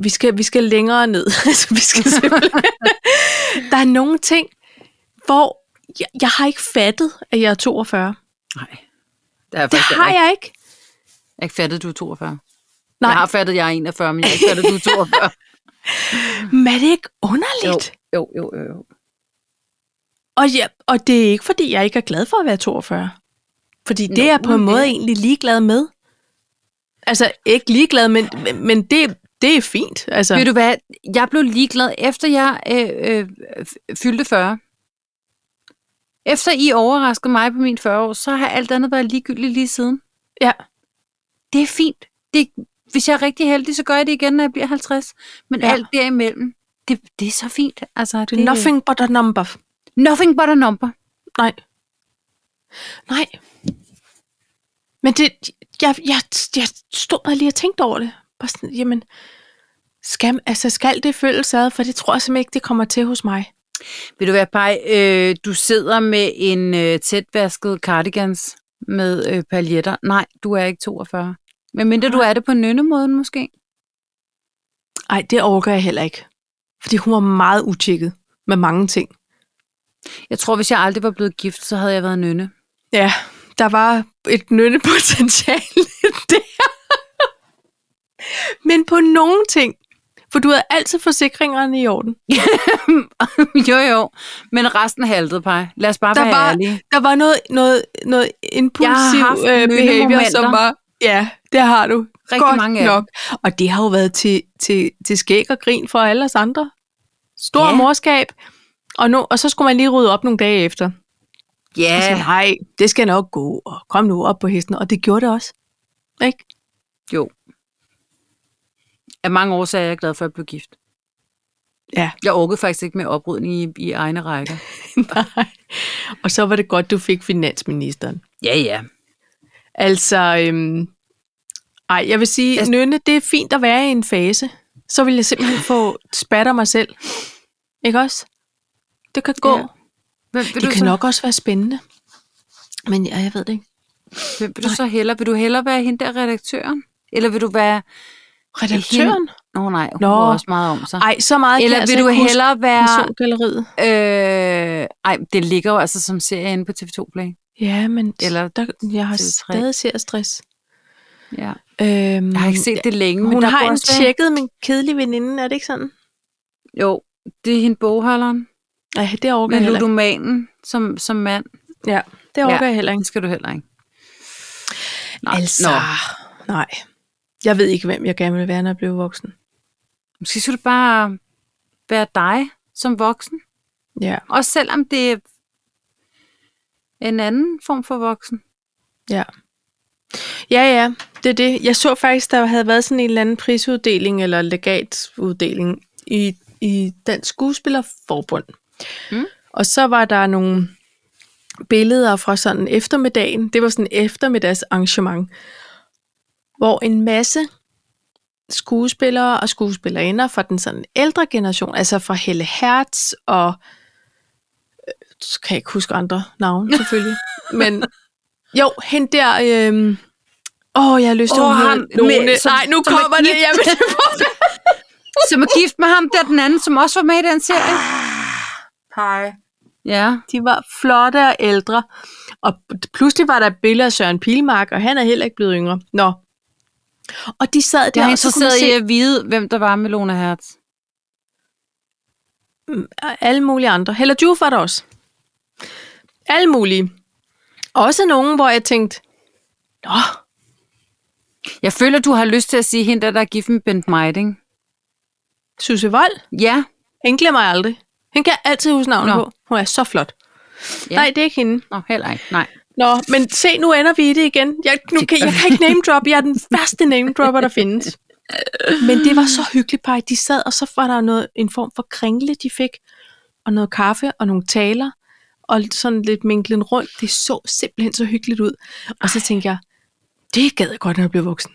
S1: vi, skal, vi skal længere ned. *laughs* altså, vi skal simpelthen... der er nogle ting, hvor jeg, jeg har ikke fattet, at jeg er 42.
S2: Nej. Det har jeg
S1: Det
S2: faktisk
S1: har
S2: ikke.
S1: jeg ikke.
S2: Jeg har ikke fattet, du er 42. Nej.
S1: Nej.
S2: Jeg har fattet, jeg er 41, men jeg har ikke fattet, du *laughs* er 42.
S1: Men er det ikke underligt? Jo.
S2: jo, jo, jo, jo.
S1: Og, ja, og det er ikke, fordi jeg ikke er glad for at være 42. Fordi det
S2: Nå,
S1: er jeg på en
S2: men
S1: måde
S2: det-
S1: egentlig ligeglad med. Altså, ikke ligeglad, men, men- men det, det er fint. Altså,
S2: Ved du hvad, jeg blev ligeglad, efter jeg øh, øh, f- fyldte 40. Efter I overraskede mig på min 40 år, så har alt andet været ligegyldigt lige siden.
S1: ja.
S2: Det er fint. Det, hvis jeg er rigtig heldig, så gør jeg det igen, når jeg bliver 50. Men ja.
S1: Ja.
S2: alt derimellem, det, det er så fint. Altså,
S1: Det er nothing but a number.
S2: nothing but a number.
S1: Nej. Nej. Men det, jeg, jeg, jeg stod bare lige og tænkte over det. Bare sådan, jamen, skal, altså, skal det føles ad? For det tror jeg simpelthen ikke, det kommer til hos mig.
S2: Vil du være Paj, øh, du sidder med en øh, tætvasket cardigans med øh, paljetter. Nej, du er ikke 42. Men mindre du er det på nynnemåden måske.
S1: Nej, det overgår jeg heller ikke. Fordi hun var meget utjekket med mange ting.
S2: Jeg tror, hvis jeg aldrig var blevet gift, så havde jeg været nynne. *laughs*
S1: Ja, der var et nyttepotentiale *laughs* der. Men på nogle ting. For du havde altid forsikringerne i orden.
S2: jo, jo. Men resten haltede, Paj. Lad os bare
S1: Der
S2: være
S1: var-
S2: ærlige.
S1: der var noget, noget, noget impulsiv
S2: Jeg har haft
S1: øh, behavior,
S2: nyttemomenter.
S1: som var... Ja, det har du.
S2: Rigtig
S1: Godt
S2: mange af
S1: nok. Og det har jo været til, til, til skæg og grin for alle os andre. Stor
S2: Ja.
S1: ja. morskab. Og, nu, og så skulle man lige rydde op nogle dage efter.
S2: Ja,
S1: Og så,
S2: Altså,
S1: nej, det skal nok gå. Og kom nu op på hesten. Og det gjorde det også. Ikke?
S2: jo. Af mange årsager er jeg glad for, at jeg blev gift.
S1: Ja.
S2: Jeg orkede faktisk ikke med oprydning i, i egne rækker.
S1: *laughs* Nej. Og så var det godt, du fik finansministeren.
S2: Ja, ja.
S1: Altså, øhm, ej, jeg vil sige,
S2: Altså-
S1: altså, Nynne, det er fint at være i en fase. Så vil jeg simpelthen få spatter mig selv. Ikke også? Det kan gå.
S2: Ja.
S1: Ja,
S2: Hvem vil
S1: det
S2: du
S1: kan
S2: så,
S1: nok også være spændende. Men ja, jeg ved det ikke.
S2: Hvem vil du så hellere? Vil du hellere være hende der redaktøren? Eller vil du være...
S1: Redaktøren?
S2: Åh oh, nej, hun Nå.
S1: Nå.
S2: var også meget om sig.
S1: Ej, så meget
S2: Eller
S1: kan jeg
S2: vil
S1: altså
S2: du
S1: ikke huske
S2: hellere være...
S1: persongalleriet.
S2: Øh, ej, det ligger jo altså som serie inde på TV2 Play.
S1: Ja, men
S2: Eller
S1: Eller der, jeg har
S2: TV3.
S1: stadig ser stress.
S2: Ja.
S1: Øhm,
S2: Jeg har ikke set det længe, men
S1: Hun
S2: der
S1: har
S2: kunne
S1: en
S2: også være-
S1: tjekket min kedelige veninde, er det ikke sådan?
S2: Jo, det er hende bogholderen.
S1: Nej, det overgår
S2: Men
S1: jeg heller ikke.
S2: ludomanen som, som mand,
S1: Ja, det overgår jeg heller ikke.
S2: den skal du heller ikke. Nej.
S1: Altså,
S2: Nå,
S1: nej. Jeg ved ikke, hvem jeg gerne vil være, når jeg bliver voksen.
S2: måske skulle du bare være dig som voksen.
S1: Ja,
S2: Og selvom det er en anden form for voksen.
S1: ja. Ja, ja, det er det. Jeg så faktisk, der havde været sådan en eller anden prisuddeling eller legatuddeling i, i Dansk Skuespillerforbund.
S2: Mm.
S1: Og så var der nogle billeder fra sådan eftermiddagen. Det var sådan et eftermiddagsarrangement, hvor en masse skuespillere og skuespillerinder fra den sådan ældre generation, altså fra Helle Hertz og øh, så kan jeg ikke huske andre navne selvfølgelig,
S2: *laughs*
S1: men jo, hende der, øh, åh, jeg har lyst til,
S2: Åh,
S1: oh,
S2: ham
S1: han, Lone.
S2: med-
S1: Med,
S2: som-
S1: Nej, nu
S2: som er
S1: kommer det,
S2: gift.
S1: jeg vil
S2: Som er gift med ham der, den anden, som også var med i den serie.
S1: Hej.
S2: Ja.
S1: De var flotte og ældre. Og pludselig var der et billede af Søren Pilmark, og han er heller ikke blevet yngre. Nå. Og de sad der,
S2: Jeg er
S1: og så kunne man
S2: interesseret i
S1: se
S2: at vide, hvem der var med Lone Hertz.
S1: alle mulige andre. Hella Juf var der også. Alle mulige. Også nogen, hvor jeg tænkte, Nå,
S2: Jeg føler, du har lyst til at sige hende, der, der er gift med Bent Meiding.
S1: Susse Vold,
S2: Ja.
S1: hende glemmer jeg aldrig. Hende kan jeg altid huske navnet
S2: Nå.
S1: på. Hun er så flot.
S2: Ja.
S1: Ja. Nej, det er ikke hende.
S2: Nå, heller ikke. Nej.
S1: Nå, men se, nu ender vi i det igen. Jeg, nu kan, jeg kan ikke name drop. Jeg er den værste name dropper, der findes. Men det var så hyggeligt, par. De sad, og så var der noget, en form for kringle, de fik. Og noget kaffe og nogle taler. Og sådan lidt minklen rundt. Det så simpelthen så hyggeligt ud. Og så tænkte jeg, det gad jeg godt, når jeg blev voksen.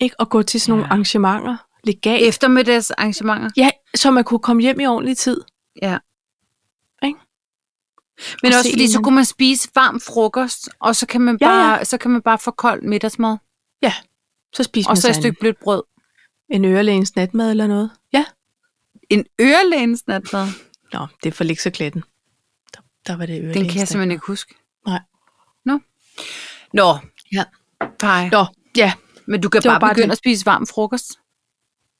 S1: Ikke at gå til sådan nogle
S2: Ja.
S1: arrangementer. Legat.
S2: Eftermiddagsarrangementer.
S1: Ja, så man kunne komme hjem i ordentlig tid.
S2: Ja.
S1: Ikke?
S2: Men
S1: Og
S2: også
S1: se
S2: fordi, så
S1: hinanden.
S2: kunne man spise varm frokost, og så kan man
S1: Ja,
S2: bare, så kan man bare få kold middagsmad.
S1: Så spiste
S2: Og
S1: man
S2: så et
S1: sig en,
S2: stykke blødt brød.
S1: en ørelægens natmad eller noget. Ja.
S2: En ørelægens natmad.
S1: Nå, det er for lekserkletten. Der, der var det øvrigt.
S2: Den kan jeg simpelthen ikke huske.
S1: Nej.
S2: Nå. Nå.
S1: Ja.
S2: Fej.
S1: Nå, ja.
S2: Men du kan
S1: Det var
S2: bare,
S1: bare
S2: begynde
S1: det.
S2: at spise varm frokost.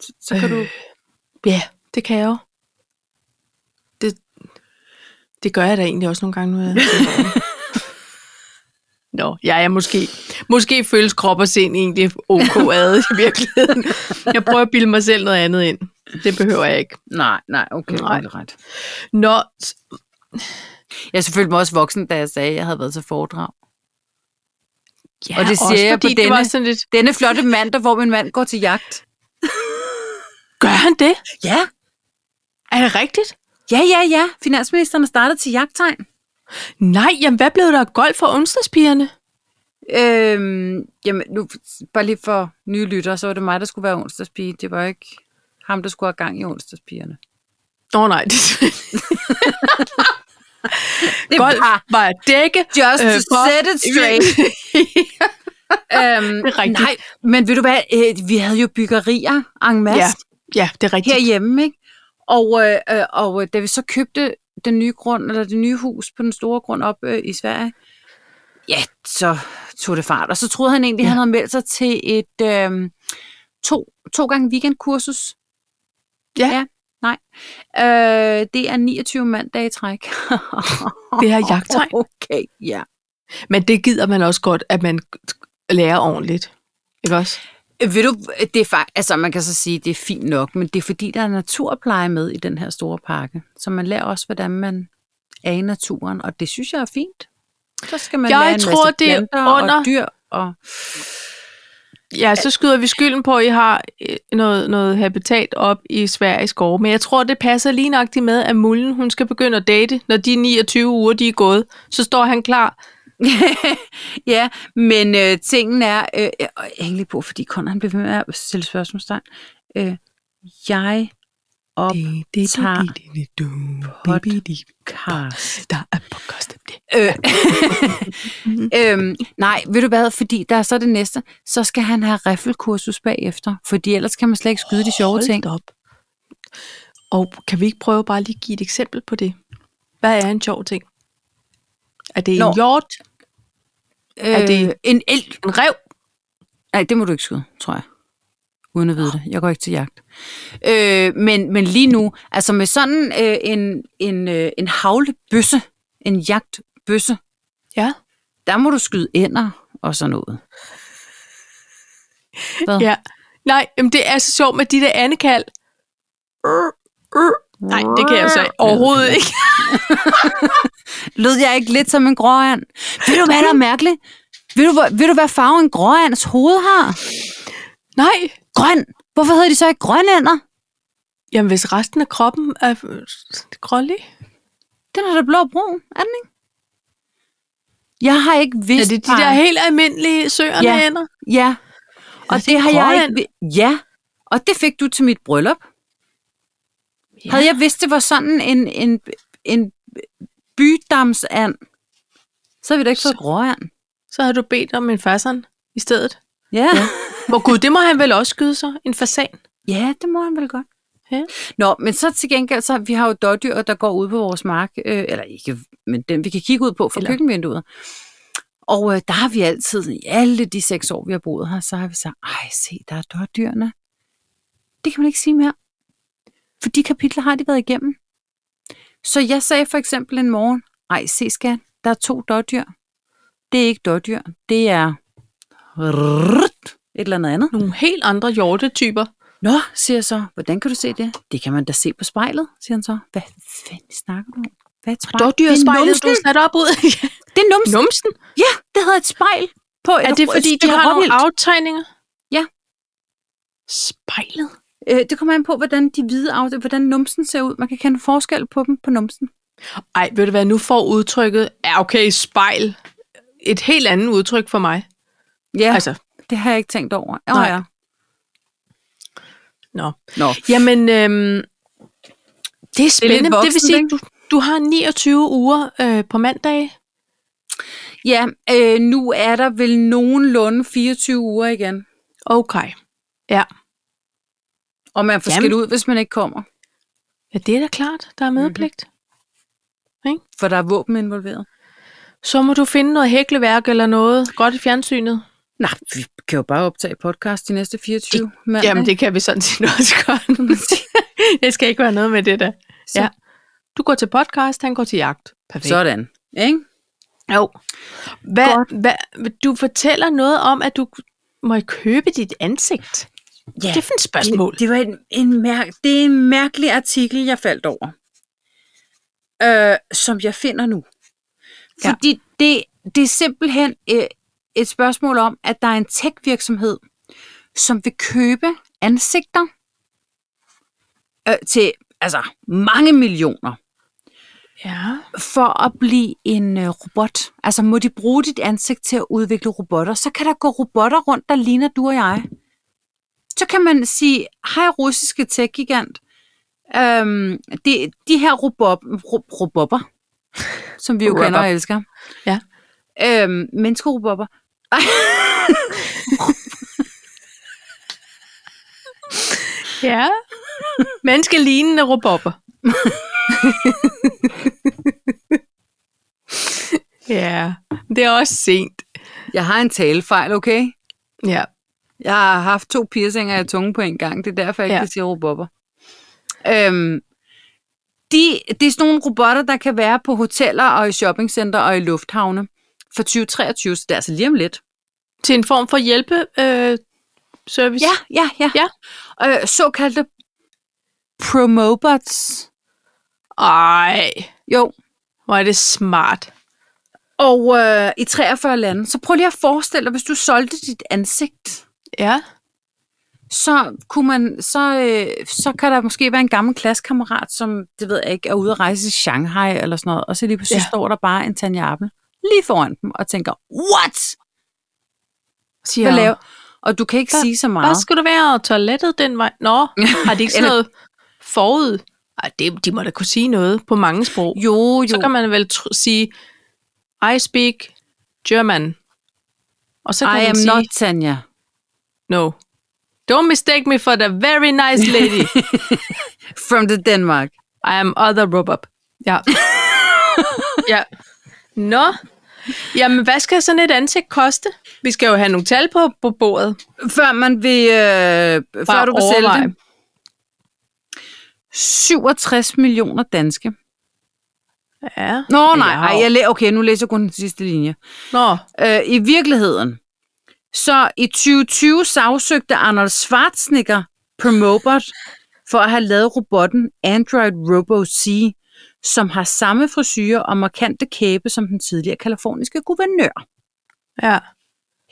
S2: Så, så kan
S1: Øh.
S2: du...
S1: Ja, det kan jeg jo. Det, det gør jeg da egentlig også nogle gange. Nu jeg tænker over
S2: *laughs*
S1: det. Nå, jeg er måske... Måske føles krop og sind egentlig ok
S2: *laughs*
S1: ad i virkeligheden. Jeg prøver at bilde mig selv noget andet ind. Det behøver jeg ikke.
S2: Nej, nej, okay.
S1: Nej.
S2: du har Ret.
S1: Nå,
S2: Jeg følte mig også voksen, da jeg sagde, at jeg havde været til foredrag.
S1: ja,
S2: Og det siger
S1: også
S2: jeg på
S1: fordi det var
S2: denne-
S1: sådan lidt...
S2: Denne flotte mandag, hvor min mand går til jagt.
S1: Gør han det?
S2: Ja.
S1: Er det rigtigt?
S2: Ja, ja, ja. Finansministeren er startet til jagttegn.
S1: Nej, jamen hvad blev der af golf for onsdagspigerne?
S2: Øhm, jamen, nu, bare lige for nye lyttere, så var det mig, der skulle være onsdagspige. Det var ikke ham, der skulle have gang i onsdagspigerne.
S1: Nå nej, det
S2: Det
S1: golf var at dække
S2: just
S1: øh,
S2: to
S1: for-
S2: set it
S1: *laughs*
S2: straight. øhm,
S1: Det er rigtigt.
S2: Nej, men ved du hvad, øh, vi havde jo byggerier en masse
S1: Ja,
S2: ja.
S1: ja, det er rigtigt.
S2: herhjemme, ikke? Og, øh, øh, og øh, da vi så købte den nye grund, eller det nye hus på den store grund op øh, i Sverige, ja, så tog det fart. Og så troede han egentlig, ja.
S1: Ja.
S2: han havde meldt sig til et øh, to, to gange weekendkursus.
S1: Ja.
S2: nej. Øh, det er 29 mandag i træk. *laughs*
S1: Det er jagttegn.
S2: Okay, ja.
S1: Men det gider man også godt, at man lærer ordentligt. Ikke også?
S2: Øh, Ved du, det er faktisk, altså man kan så sige, det er fint nok, men det er fordi, der er naturpleje med i den her store pakke. Så man lærer også, hvordan man er i naturen, og det synes jeg er fint. Så skal man
S1: Jeg
S2: lære en
S1: tror,
S2: masse
S1: det er
S2: planter
S1: under-
S2: og dyr. Og,
S1: Ja, så skyder vi skylden på, at I har øh, noget, noget habitat op i Sverige skove. Men jeg tror, det passer lige nøjagtigt med, at Mullen hun skal begynde at date, når de 29 uger de er gået. Så står han klar.
S2: ja, men øh, tingen er, øh, øh, og jeg hænger lige på, fordi Conor han bliver ved med at stille spørgsmålstegn. Øh, jeg optager podcast.
S1: Der er podcast om det.
S2: Øh, *laughs* øhm, nej, ved du hvad, fordi der er så det næste, så skal han have riffelkursus bagefter, fordi ellers kan man slet ikke skyde de sjove
S1: Hold
S2: ting.
S1: da op. Og kan vi ikke prøve bare lige at give et eksempel på det? Hvad er en sjov ting? Er det en
S2: Nå.
S1: hjort? Er det-
S2: Øh, en el?
S1: En rev?
S2: Nej, det må du ikke skyde, tror jeg. Uden at vide det. Jeg går ikke til jagt. Øh, men, men lige nu, altså med sådan øh, en, en, øh, en havlebøsse, en jagtbøsse,
S1: Ja.
S2: der må du skyde ender og sådan noget. Hvad?
S1: Ja. Nej, jamen det er så sjovt med de der andekald. Øh, Øh, nej, det kan jeg så overhovedet ikke.
S2: Lød jeg ikke lidt som en gråand? Ved du, hvad der er mærkeligt? Ved du, hvor- ved du hvad farve en gråands hoved har?
S1: *laughs* Nej.
S2: Grøn! Hvorfor hedder de så ikke grønænder?
S1: Jamen, hvis resten af kroppen er øh, grålig.
S2: Den er da blå og brun, er den ikke? Jeg har ikke vidst,
S1: Er det de der
S2: Karen.
S1: helt almindelige søerne
S2: Ja.
S1: ja. ender?
S2: Ja. Og
S1: Altså,
S2: det har jeg
S1: grøn.
S2: ikke... vi- Ja. Og det fik du til mit bryllup. Ja.
S1: Ja.
S2: Havde jeg vidst, det var sådan en, en, en bydamsand, så havde vi da ikke fået gråand.
S1: Så har du bedt om en fasan i stedet.
S2: Ja. ja.
S1: Hvor gud, det må han vel også skyde sig. En fasan.
S2: Ja, det må han vel godt.
S1: Ja.
S2: Nå, men så til gengæld, så vi har jo dårdyr, der går ud på vores mark, øh, eller ikke, men dem vi kan kigge ud på fra
S1: Eller-
S2: køkkenvinduet. Og øh, der har vi altid, i alle de seks år, vi har boet her, så har vi sagt, ej, se, der er dårdyrene. Det kan man ikke sige mere. For de kapitler har de været igennem. Så jeg sagde for eksempel en morgen, ej, se skat, der er to dårdyr. Det er ikke dårdyr, det er et eller andet andet.
S1: Nogle helt andre hjortetyper.
S2: Nå, siger jeg så, hvordan kan du se det? Det kan man da se på spejlet, siger han så. Hvad fanden snakker du om? Hvad er et spejl?
S1: Der er dyr
S2: det er
S1: spejlet, du
S2: numsen.
S1: har sat op *laughs* ud. Ja,
S2: Det er numsen.
S1: numsen.
S2: Ja, det hedder et spejl. På et,
S1: Er det,
S2: et
S1: fordi de
S2: stykke
S1: har nogle
S2: råvildt.
S1: aftegninger?
S2: Ja.
S1: Spejlet?
S2: Øh, det kommer an på, hvordan de hvide af, hvordan numsen ser ud. Man kan kende forskel på dem på numsen.
S1: Ej, ved du hvad, nu får udtrykket, ja okay, spejl, et helt andet udtryk for mig.
S2: Ja,
S1: Ja.
S2: altså,
S1: Altså,
S2: det har jeg ikke tænkt over. Åh,
S1: Nej.
S2: ja.
S1: nå.
S2: Nå.
S1: Jamen, øhm, det er spændende. Det,
S2: voksent,
S1: vil sige,
S2: ikke?
S1: du, du har 29 uger øh, på mandag.
S2: Ja, øh, nu er der vel nogenlunde 24 uger igen.
S1: Okay. Ja.
S2: Og man får
S1: Jamen.
S2: skilt ud, hvis man ikke kommer.
S1: ja, det er da klart, der er medpligt.
S2: For der er våben involveret.
S1: Så må du finde noget hækleværk eller noget godt i fjernsynet.
S2: Nej, vi kan jo bare optage podcast de næste 24 mandag.
S1: Jamen, det kan vi sådan set *laughs* også godt. *laughs* det skal ikke være noget med det der.
S2: Så.
S1: Ja. Du går til podcast, han går til jagt. Perfekt.
S2: Sådan. Ikke?
S1: Jo. Hvad, hvad, du fortæller noget om, at du må købe dit ansigt.
S2: Ja,
S1: Det er for et spørgsmål.
S2: Det, det, var en, en mær- det er en mærkelig artikel, jeg faldt over. Øh, som jeg finder nu.
S1: Ja.
S2: Fordi det, det er simpelthen øh, et spørgsmål om, at der er en tech-virksomhed, som vil købe ansigter øh, til altså mange millioner
S1: Ja.
S2: for at blive en øh, robot. Altså må de bruge dit ansigt til at udvikle robotter, så kan der gå robotter rundt, der ligner du og jeg. Så kan man sige, hej russiske tech-gigant, øhm, de, de her robob, ro, robobber, som vi jo
S1: Robber.
S2: kender og elsker.
S1: Ja.
S2: Øhm, menneskerobobber.
S1: Ja. Menneskelignende *laughs* robopper. ja, det er også sent.
S2: Jeg har en talefejl, okay?
S1: Ja.
S2: Jeg har haft to piercinger i tungen på en gang. Det er derfor, jeg ikke
S1: Ja.
S2: kan sige robobber. Øhm, de, det er sådan nogle robotter, der kan være på hoteller og i shoppingcenter og i lufthavne for 2023, så det er altså lige om lidt.
S1: Til en form for hjælpe øh, service.
S2: Ja, ja, ja.
S1: Ja.
S2: Øh, såkaldte promobots.
S1: Ej,
S2: Jo.
S1: hvor er det smart.
S2: Og øh, i 43 lande. Så prøv lige at forestille dig, hvis du solgte dit ansigt.
S1: Ja.
S2: så, kunne man, så, øh, så kan der måske være en gammel klassekammerat, som det ved jeg ikke, er ude at rejse i Shanghai eller sådan noget, og så lige pludselig ja.
S1: Ja.
S2: står der bare en Tanja Appel lige foran dem og tænker, what?
S1: Siger,
S2: Hvad laver? Og du kan ikke
S1: Hvad-
S2: sige så
S1: Hvad
S2: meget.
S1: skal du være? Og toilettet den vej? Nå, har de ikke sådan
S2: *laughs* Eller-
S1: noget forud? Ej, det, de må da kunne sige noget på mange sprog.
S2: Jo,
S1: Så
S2: jo.
S1: kan man vel tr- sige, I speak German. Og så kan
S2: I
S1: man
S2: am
S1: sige,
S2: not Tanja.
S1: no. Don't mistake me for the very nice lady.
S2: From the Denmark.
S1: I am other robot.
S2: *laughs*
S1: Ja. ja. Nå. Jamen, hvad skal sådan et ansigt koste? Vi skal jo have nogle tal på, på bordet.
S2: Før man vil... Øh, før
S1: Bare
S2: du kan sælge
S1: overveje.
S2: det. 67 millioner danske.
S1: Ja.
S2: Nå, nej.
S1: Eller-
S2: Ej, jeg læ- okay, nu læser jeg kun den sidste linje.
S1: Nå.
S2: Øh, I virkeligheden, så i 2020 sagsøgte Arnold Schwarzenegger Promobot for at have lavet robotten Android Robo C, som har samme frisyre og markante kæbe som den tidligere kaliforniske guvernør.
S1: Ja.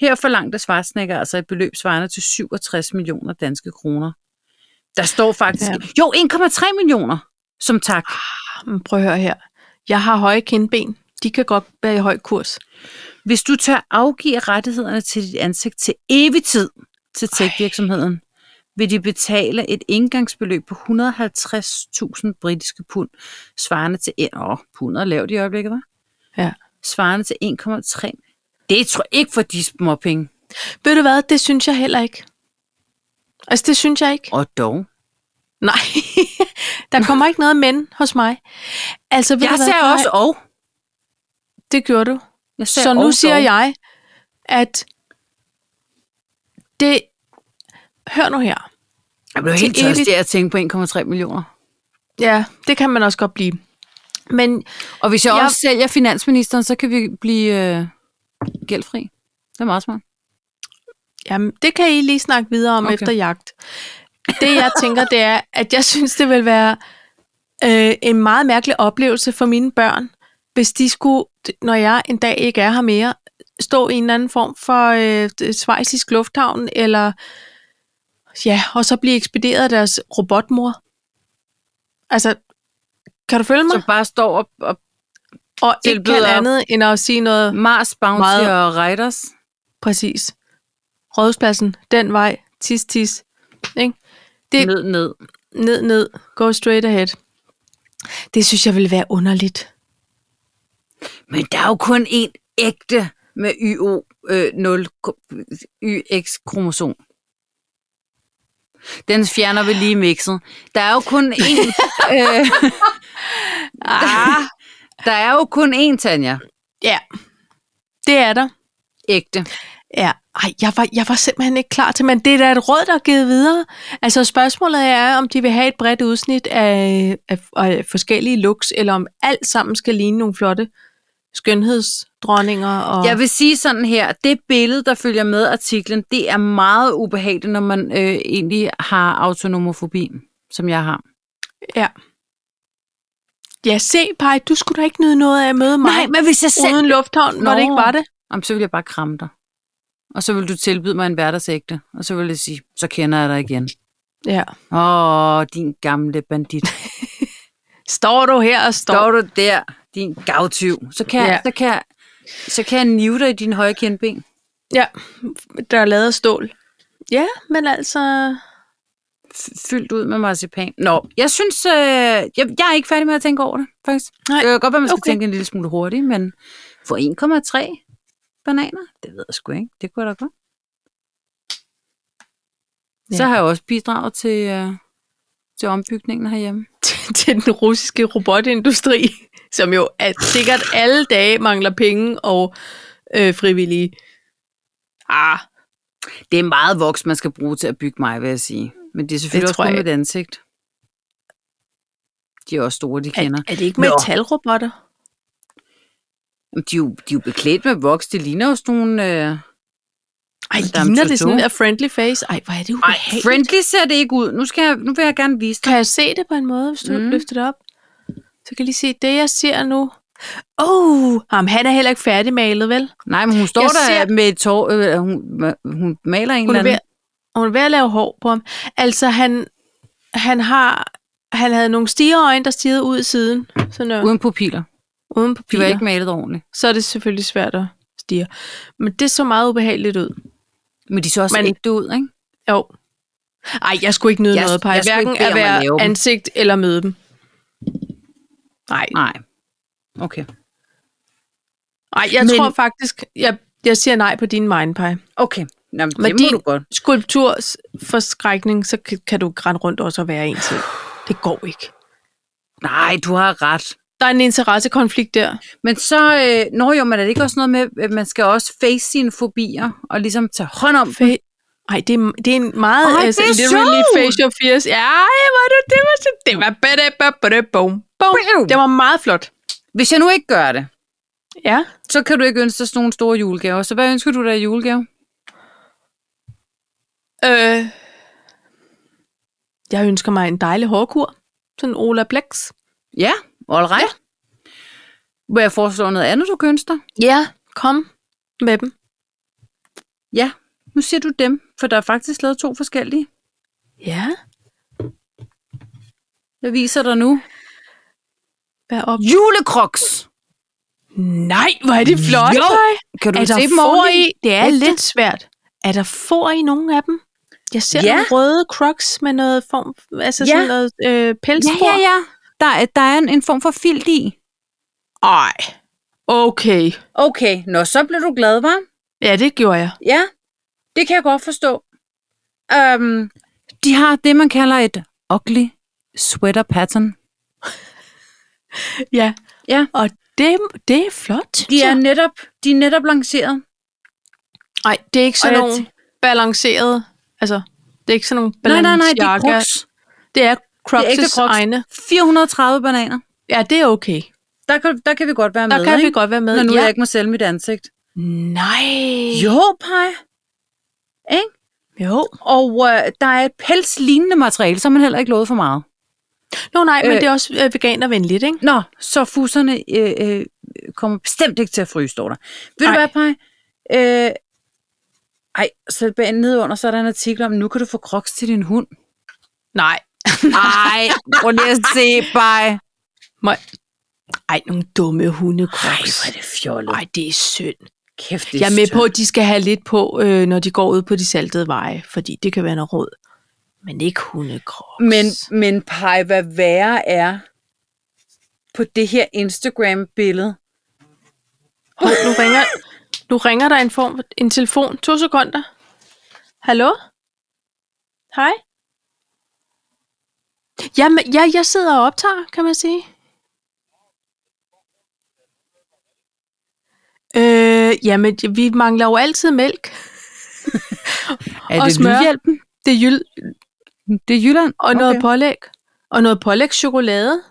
S2: Her forlangte Schwarzenegger altså et beløb svarende til 67 millioner danske kroner. Der står faktisk...
S1: Ja.
S2: Ja. Jo, 1,3 millioner som tak.
S1: Men prøv at høre her. Jeg har høje kindben. De kan godt være i høj kurs.
S2: Hvis du tør afgive rettighederne til dit ansigt til evig tid til tech-virksomheden, vil de betale et indgangsbeløb på 150.000 britiske pund, svarende til... Åh, pund er lavt i øjeblikket, hva'?
S1: Ja.
S2: Svarende til 1,3. Det tror jeg ikke for de små penge.
S1: Ved du hvad? Det synes jeg heller ikke. Altså, det synes jeg ikke.
S2: Og dog.
S1: Nej, *laughs* der kommer ikke noget men hos mig. Altså, ved
S2: Jeg
S1: du hvad?
S2: sagde
S1: Nej,
S2: også og.
S1: Det gjorde du.
S2: Jeg sagde
S1: Så nu
S2: og
S1: siger
S2: dog.
S1: jeg, at det... Hør nu her.
S2: Jeg blev
S1: Til
S2: helt
S1: evigt.
S2: tørstig af at tænke på 1,3 millioner.
S1: Ja, det kan man også godt blive. Men
S2: Og hvis jeg,
S1: Jeg-
S2: jeg også sælger finansministeren, så kan vi blive øh, gældfri. Det er meget smart.
S1: Jamen, det kan I lige snakke videre om okay.
S2: Okay.
S1: efter jagt. Det jeg tænker, det er, at jeg synes, det vil være øh, en meget mærkelig oplevelse for mine børn, hvis de skulle, når jeg en dag ikke er her mere, stå i en eller anden form for øh, svejsisk lufthavn, eller ja, og så blive ekspederet af deres robotmor. Altså, kan du følge mig?
S2: Som bare står op og
S1: og ikke kan
S2: tilbyder-
S1: andet end at sige noget
S2: Mars, Bounty
S1: Meget-
S2: meget. og Riders.
S1: præcis. Rådhuspladsen, den vej, tis, tis. Ikke? Det-
S2: Det... Ned, ned.
S1: ned, ned, go straight ahead. Det synes jeg ville være underligt.
S2: Men der er jo kun én ægte med YO, øh, 0, YX-kromosom. Den fjerner vi lige i mixet. Der er jo kun *laughs* én... øh,
S1: Ah.
S2: der er jo kun én, Tanja.
S1: Ja, det er der.
S2: Ægte.
S1: Ja, Ej, jeg, var, jeg var simpelthen ikke klar til, men det er da et råd, der er givet videre. Altså spørgsmålet er, om de vil have et bredt udsnit af, af, af forskellige looks, eller om alt sammen skal ligne nogle flotte skønhedsdronninger. Og...
S2: Jeg vil sige sådan her, det billede, der følger med artiklen, det er meget ubehageligt, når man øh, egentlig har autonomofobi, som jeg har.
S1: ja, se, Paj, du skulle da ikke nyde noget af at møde mig
S2: Nej, men hvis jeg selv...
S1: uden lufthavn, hvor
S2: Nå.
S1: det ikke var det.
S2: Jamen, så vil jeg bare kramme dig. Og så vil du tilbyde mig en hverdagsægte, og så vil jeg sige, så kender jeg dig igen.
S1: Ja.
S2: Åh, din gamle bandit.
S1: Står du her og står,
S2: Står du der, din gavtyv, så kan,
S1: Ja.
S2: ja. så kan, så kan jeg nive dig i din højre kindben.
S1: Ja, der er lavet af stål. Ja, men altså...
S2: F- Fyldt ud med marcipan. Nå, jeg synes, øh, jeg, jeg er ikke færdig med at tænke over det, faktisk.
S1: Nej,
S2: det kan godt være, man skal
S1: okay.
S2: okay. tænke en lille smule hurtigt, men for 1,3 bananer, det ved jeg sgu ikke. Det kunne jeg da godt. Ja. Så
S1: Ja.
S2: har jeg også bidraget til, øh, til ombygningen herhjemme.
S1: Til, til den russiske robotindustri, som jo er, sikkert alle dage mangler penge og øh, frivillige. Ah,
S2: Det er meget voks, man skal bruge til at bygge mig, vil jeg sige. Men det er selvfølgelig
S1: Det
S2: det
S1: tror
S2: også kun
S1: jeg
S2: med et ansigt. De er også store, de kender.
S1: er det ikke
S2: Nå.
S1: metalrobotter?
S2: Jamen, De er, jo, de er jo beklædt med voks. Det ligner jo sådan nogle... Øh...
S1: Ej,
S2: Madame
S1: ligner det
S2: Tussauds?
S1: sådan af friendly face? Ej, hvor er det
S2: Ej,
S1: ubehageligt.
S2: friendly ser det ikke ud. Nu, skal jeg, nu vil jeg gerne vise dig.
S1: Kan jeg se det på en måde, hvis du mm.
S2: Mm.
S1: løfter det op? Så kan jeg lige se det, jeg ser nu. Åh, oh, jamen, han er heller ikke færdigmalet, vel?
S2: Nej, men hun står
S1: Jeg
S2: der
S1: ser-
S2: ser... med et tår. Øh, hun, hun maler en
S1: Hun
S2: eller
S1: er, ved,
S2: anden.
S1: hun er ved at lave hår på ham. Altså, han, han har... Han havde nogle stigeøjne, der stirrede ud i siden. Sådan øh,
S2: Uden pupiller.
S1: uden på
S2: De var
S1: piler.
S2: ikke malet ordentligt.
S1: Så er det selvfølgelig svært at stige. Men det så meget ubehageligt ud.
S2: Men de så også
S1: Men-
S2: men... ægte ud, ikke?
S1: Jo. Ej, jeg skulle ikke nyde
S2: Jeg-
S1: noget, Paj.
S2: jeg skulle
S1: Hverken
S2: ikke bede
S1: at
S2: om at
S1: være
S2: lave dem.
S1: ansigt eller møde dem. Nej,
S2: Nej. Okay.
S1: Ej, jeg
S2: Men-
S1: tror faktisk, jeg, jeg siger nej på din mind, Paj.
S2: Okay. Nå, men
S1: Men
S2: det må
S1: de-
S2: du godt.
S1: Skulpturs forskrækning, så kan- kan du grænne rundt også og være en til. Det går ikke.
S2: Nej, du har ret.
S1: Der er en interessekonflikt der.
S2: Men så, øh, når jo, men er det ikke også noget med, at man skal også face sine fobier, og ligesom tage hånd om dem?
S1: Fa- Ej, det er, det er en meget... altså,
S2: Ej, det er
S1: literally
S2: sjovt!
S1: face your fears. Ja, ej, var det, det var så... Det var bedre, bedre, boom, boom. Det var meget flot.
S2: Hvis jeg nu ikke gør det,
S1: Ja.
S2: så kan du ikke ønske dig sådan nogle store julegaver. Så hvad ønsker du dig i julegave?
S1: Øh, Jeg ønsker mig en dejlig hårkur. Sådan Ola Plex.
S2: Ja, all right. Ja. Vil jeg foreslå noget andet, du kønster?
S1: Ja, kom med dem.
S2: Ja, nu siger du dem, for der er faktisk lavet to forskellige.
S1: Ja,
S2: Jeg viser dig nu.
S1: vær op.
S2: Julekroks!
S1: Nej, hvor er det flot.
S2: Jo,
S1: hej.
S2: Kan du
S1: Er
S2: se
S1: der
S2: dem
S1: får
S2: ordentligt?
S1: i? Det er
S2: Ægte?
S1: lidt svært. Er der får i nogen af dem? Jeg ser
S2: Ja.
S1: ja. nogle røde crocs med noget form, altså
S2: Ja.
S1: ja. sådan noget øh,
S2: Ja,
S1: pelsspor.
S2: ja, ja. Der er, der er en, en form for filt i.
S1: Ej, okay.
S2: Okay, nå, så blev du glad, var?
S1: Ja, det gjorde jeg.
S2: Ja, det kan jeg godt forstå. Øhm, de har det, man kalder et ugly sweater pattern.
S1: Ja.
S2: Ja.
S1: Og det, det er flot.
S2: De er
S1: synes jeg.
S2: netop, de er netop lanceret.
S1: Nej, det er ikke sådan
S2: Og jeg
S1: nogle balancerede, altså, det er ikke sådan nogle
S2: Nej, nej,
S1: balancerede.
S2: nej, det er crocs.
S1: Det er
S2: Det er ægte
S1: Crocs'
S2: Crocs.
S1: egne.
S2: 430 bananer.
S1: Ja, det er okay.
S2: Der kan, der kan vi godt være
S1: Der
S2: med,
S1: kan
S2: ikke?
S1: vi godt være med.
S2: Når nu
S1: ja.
S2: jeg ikke må sælge mit ansigt.
S1: Nej.
S2: Jo, pej. Ikke?
S1: jo.
S2: Og øh, der er et pelslignende materiale, så er man heller ikke lovet for meget.
S1: Nå nej, men
S2: Øh.
S1: det er også øh, veganervenligt, ikke?
S2: Nå, så fusserne øh, øh, kommer bestemt ikke til at fryse, står der. Ved Ej. du
S1: Ej.
S2: hvad, Paj? Øh, ej, så bag nedenunder, så er der en artikel om, nu kan du få kroks til din hund.
S1: Nej.
S2: Ej, prøv lige at se, Paj.
S1: Må... Ej, nogle dumme hunde,
S2: Ej,
S1: Crocs.
S2: hvor er det fjollet. Ej,
S1: Ej, det er synd.
S2: kæft, det
S1: Jeg er med
S2: stødt.
S1: på, at de skal have lidt på, øh, når de går ud på de saltede veje, fordi det kan være noget råd. Men ikke hundekrops.
S2: Men, men Paj, hvad værre er på det her Instagram-billede?
S1: Hov, nu, ringer, nu ringer der en, form, en telefon. To sekunder. Hallo? Hej? Jamen, ja, jeg sidder og optager, kan man sige. Øh, jamen, vi mangler jo altid mælk.
S2: Er
S1: Og
S2: det
S1: smør.
S2: lydhjælpen?
S1: Det er jyld,
S2: Det er Jylland.
S1: og okay. noget pålæg. Og noget pålægschokolade.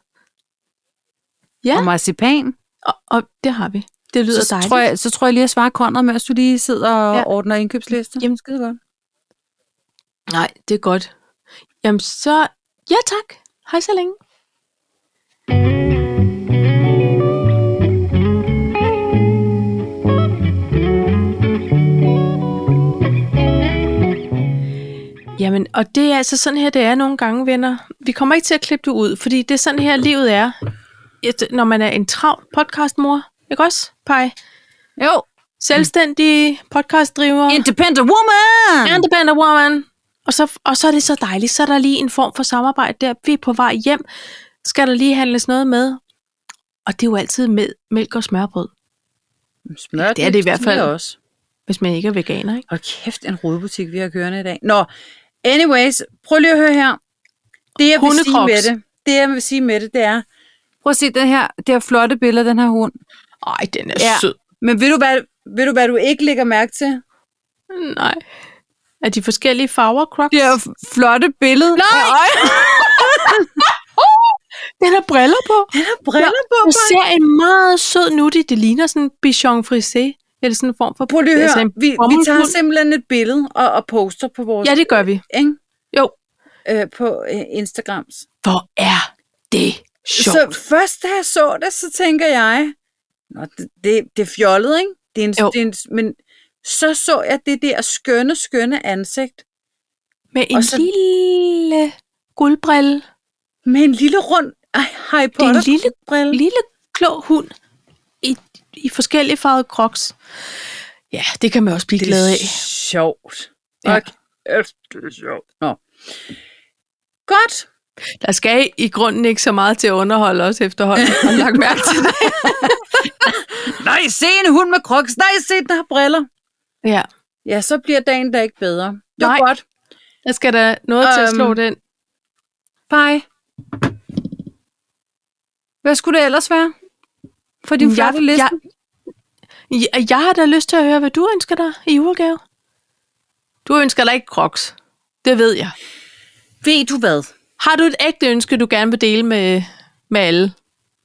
S1: ja.
S2: Og marcipan.
S1: Og, og det har vi. Det lyder
S2: så,
S1: dejligt.
S2: tror jeg, så tror jeg lige, at svare Konrad, mens du lige sidder og ja.
S1: Ja.
S2: ordner indkøbsliste.
S1: Jamen,
S2: skide godt.
S1: Nej, det er godt. Jamen så, ja tak. Hej så længe. Jamen, og det er altså sådan her, det er nogle gange, venner. Vi kommer ikke til at klippe det ud, fordi det er sådan her, livet er. Et, når man er en travl podcastmor, ikke også, Paj?
S2: Jo,
S1: Selvstændig podcastdriver.
S2: independent woman!
S1: Independent woman. Og så, og så er det så dejligt, så er der lige en form for samarbejde der. Vi er på vej hjem, skal der lige handles noget med. Og det er jo altid med mælk og smørbrød,
S2: Smør,
S1: det er det i hvert fald.
S2: Også.
S1: hvis man ikke er veganer, ikke?
S2: Hold kæft, en rodebutik, vi har kørende i dag. Nå, anyways, prøv lige at høre her. Det, jeg vil sige
S1: Hundekroks.
S2: med det, det, jeg vil sige med det, det er... Prøv at se den her, det her flotte billede af den her hund.
S1: Ej, den er
S2: Ja.
S1: ja. sød.
S2: Men ved du, hvad, ved du, hvad du ikke lægger mærke til?
S1: Nej. Er de forskellige farver, Crocs?
S2: Det her f- flotte billede. Nej!
S1: *laughs* Den har briller på.
S2: Han har briller på,
S1: Jeg
S2: Paj.
S1: ser en meget sød nutte. Det ligner sådan en bichon frisé. Eller sådan en form for...
S2: Prøv lige at
S1: altså
S2: høre.
S1: en
S2: Vi, vi tager
S1: bomuldshund.
S2: simpelthen et billede og, og poster på vores...
S1: Ja, det gør vi.
S2: ikke?
S1: Jo.
S2: Øh, på øh, Instagrams.
S1: Hvor er det sjovt.
S2: Så først da jeg så det, så tænker jeg, Nå, det, det, det er fjollet, ikke? Det er en,
S1: Jo.
S2: det er en, men så så jeg det der skønne, skønne ansigt
S1: Med en
S2: Og så-
S1: lille guldbrille.
S2: med en lille rund ej, Harry
S1: Det er en
S2: Potter
S1: lille-
S2: brille.
S1: lille klog hund i, i forskellige farvede crocs. Ja, det kan man også blive
S2: det
S1: glad
S2: er
S1: af.
S2: sjovt.
S1: Ja.
S2: Ja. det er sjovt. Nå. Godt.
S1: Der skal i grunden ikke så meget til at underholde os efterhånden. Har du lagt mærke til det?
S2: *laughs* Nej, se en hund med kroks. Nej, se den har briller.
S1: Ja,
S2: *laughs* Ja, så bliver dagen da ikke bedre. Det var
S1: Nej.
S2: godt.
S1: der skal der noget til at
S2: Øhm.
S1: slå den.
S2: Bye. Hvad skulle det ellers være? For din
S1: Jeg-
S2: flotte liste?
S1: jeg- Jeg, jeg har da lyst til at høre, hvad du ønsker dig i julegave. Du ønsker dig ikke crocs. Det ved jeg.
S2: Ved du hvad?
S1: Har du et ægte ønske, du gerne vil dele med, med alle?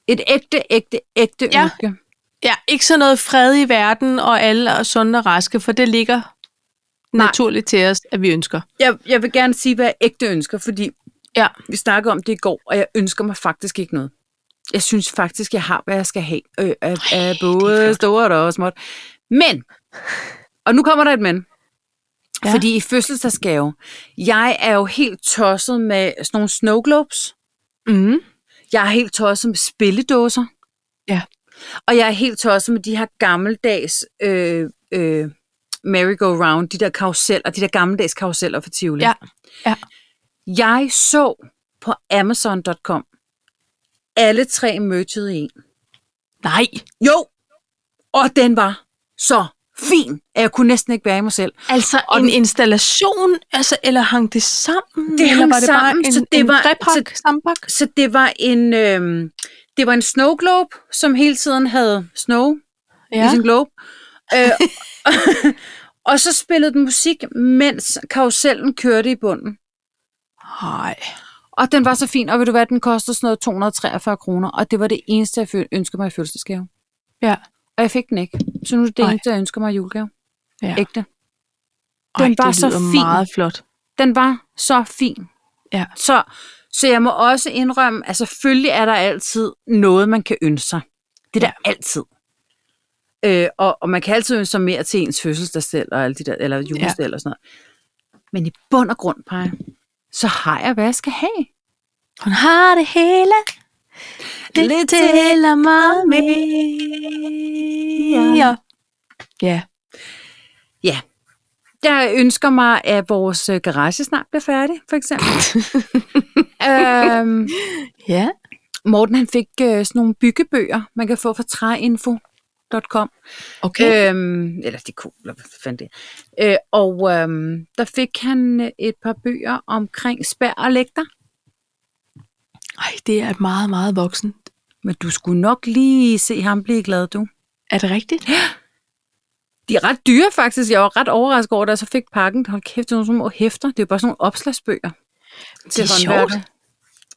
S2: Et ægte, ægte, ægte ja.
S1: Ja.
S2: ønske.
S1: Ja, ikke sådan noget fred i verden, og alle er sunde og raske, for det ligger
S2: Nej.
S1: naturligt til os, at vi ønsker.
S2: Jeg, jeg vil gerne sige, hvad jeg ægte ønsker, fordi
S1: Ja.
S2: Vi snakkede om det i går, og jeg ønsker mig faktisk ikke noget. Jeg synes faktisk, jeg har, hvad jeg skal have. Øh, af, af både
S1: flot.
S2: stort og småt. Men, og nu kommer der et men.
S1: Ja.
S2: Ja. Fordi i fødselsdagsgave, jeg er jo helt tosset med sådan nogle snow globes.
S1: Mm.
S2: Jeg er helt tosset med spilledåser.
S1: Ja.
S2: Og jeg er helt tosset med de her gammeldags øh, øh, merry-go-round, de der karuseller, de der gammeldags karuseller for Tivoli.
S1: Ja. Ja.
S2: Jeg så på Amazon.com alle tre merchet i en.
S1: Nej.
S2: Jo! Og den var så fin, at jeg kunne næsten ikke bære i mig selv.
S1: Altså og en installation, altså, eller hang det sammen?
S2: Det
S1: eller
S2: hang
S1: var det
S2: sammen,
S1: bare en,
S2: så det
S1: en
S2: var-
S1: Repak,
S2: så-
S1: sampak?
S2: Så det var en, øh, det var en snow globe, som hele tiden havde snow ja. i
S1: Ja.
S2: sin Ligesom globe. Øh,
S1: *laughs*
S2: *laughs* og så spillede den musik, mens karusellen kørte i bunden.
S1: Nej.
S2: Og den var så fin, og ved du hvad, den kostede sådan noget 243 kroner, og det var det eneste, jeg fø- ønskede mig i fødselsdagsgave.
S1: Ja.
S2: Og jeg fik den ikke. Så nu er det det
S1: Ej.
S2: eneste, jeg ønsker mig i julegave.
S1: Ja.
S2: Ægte.
S1: Den
S2: Den
S1: Ej,
S2: var
S1: det
S2: så
S1: lyder
S2: fin.
S1: meget flot.
S2: Den var så fin.
S1: Ja.
S2: Så, så jeg må også indrømme, at selvfølgelig er der altid noget, man kan ønske sig. Det er der altid. Øh, og, og man kan altid ønske sig mere til ens fødselsdagsdel, og alle de der, eller julestel og sådan noget. Men i bund og grund, Paj, så har jeg, hvad jeg skal have.
S1: Hun har det hele. Det
S2: Lidt
S1: Lidt tæller meget mere. Ja.
S2: Jeg ønsker mig, at vores øh, garage snart bliver færdig, for eksempel. øhm,
S1: Ja.
S2: Morten han fik øh, sådan nogle byggebøger, man kan få fra træinfo.com.
S1: Okay.
S2: Øhm, eller det kunne, eller hvad fanden det er. øh, Og øhm, der fik han øh, et par bøger omkring spær og lægter.
S1: Ej, det er meget, meget voksen.
S2: Men du skulle nok lige se ham blive glad, du.
S1: Er det rigtigt?
S2: De er ret dyre faktisk. Jeg var ret overrasket over, da jeg så fik pakken. Hold kæft, det er nogle små hæfter. Det er jo bare sådan nogle opslagsbøger.
S1: Det er sjovt.
S2: håndværkere.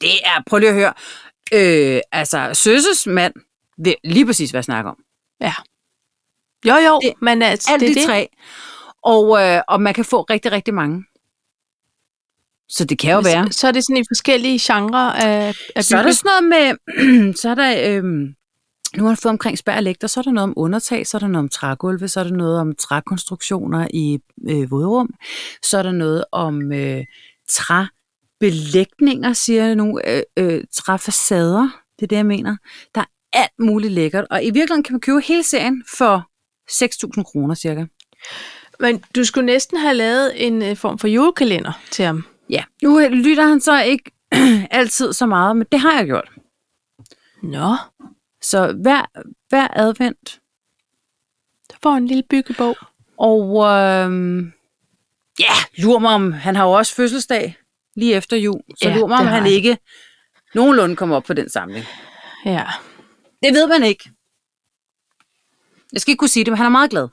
S2: Det er, prøv lige at høre. Øh, altså, Søsses mand ved lige præcis, hvad jeg snakker om.
S1: Ja. Jo, jo,
S2: Det-
S1: det, men altså,
S2: Alle
S1: det er
S2: de
S1: det.
S2: tre. Og, øh, og man kan få rigtig, rigtig mange. Så det kan jo være.
S1: Så er det sådan i forskellige genrer af, af
S2: Så er der
S1: bygge.
S2: sådan noget med, *clears throat* så er der, øhm, nu har han fået omkring spær og lægter, så er der noget om undertag, så er der noget om trægulve, så er der noget om trækonstruktioner i øh, vådrum, så er der noget om øh, træbelægninger, siger jeg nu, øh, øh, træfacader, det er det, jeg mener. Der er alt muligt lækkert, og i virkeligheden kan man købe hele serien for 6.000 kroner cirka.
S1: Men du skulle næsten have lavet en øh, form for julekalender til ham.
S2: Ja, nu øh, lytter han så ikke *clears throat* altid så meget, men det har jeg gjort.
S1: Nå,
S2: Så hver, hver advent,
S1: så får han en lille byggebog.
S2: Og øhm, ja, lur mig om, han har jo også fødselsdag lige efter jul, så
S1: Ja,
S2: ja, lur mig om
S1: det har
S2: han
S1: han.
S2: ikke nogenlunde kommer op på den samling.
S1: Ja.
S2: Det ved man ikke. Jeg skal ikke kunne sige det, men han er meget glad.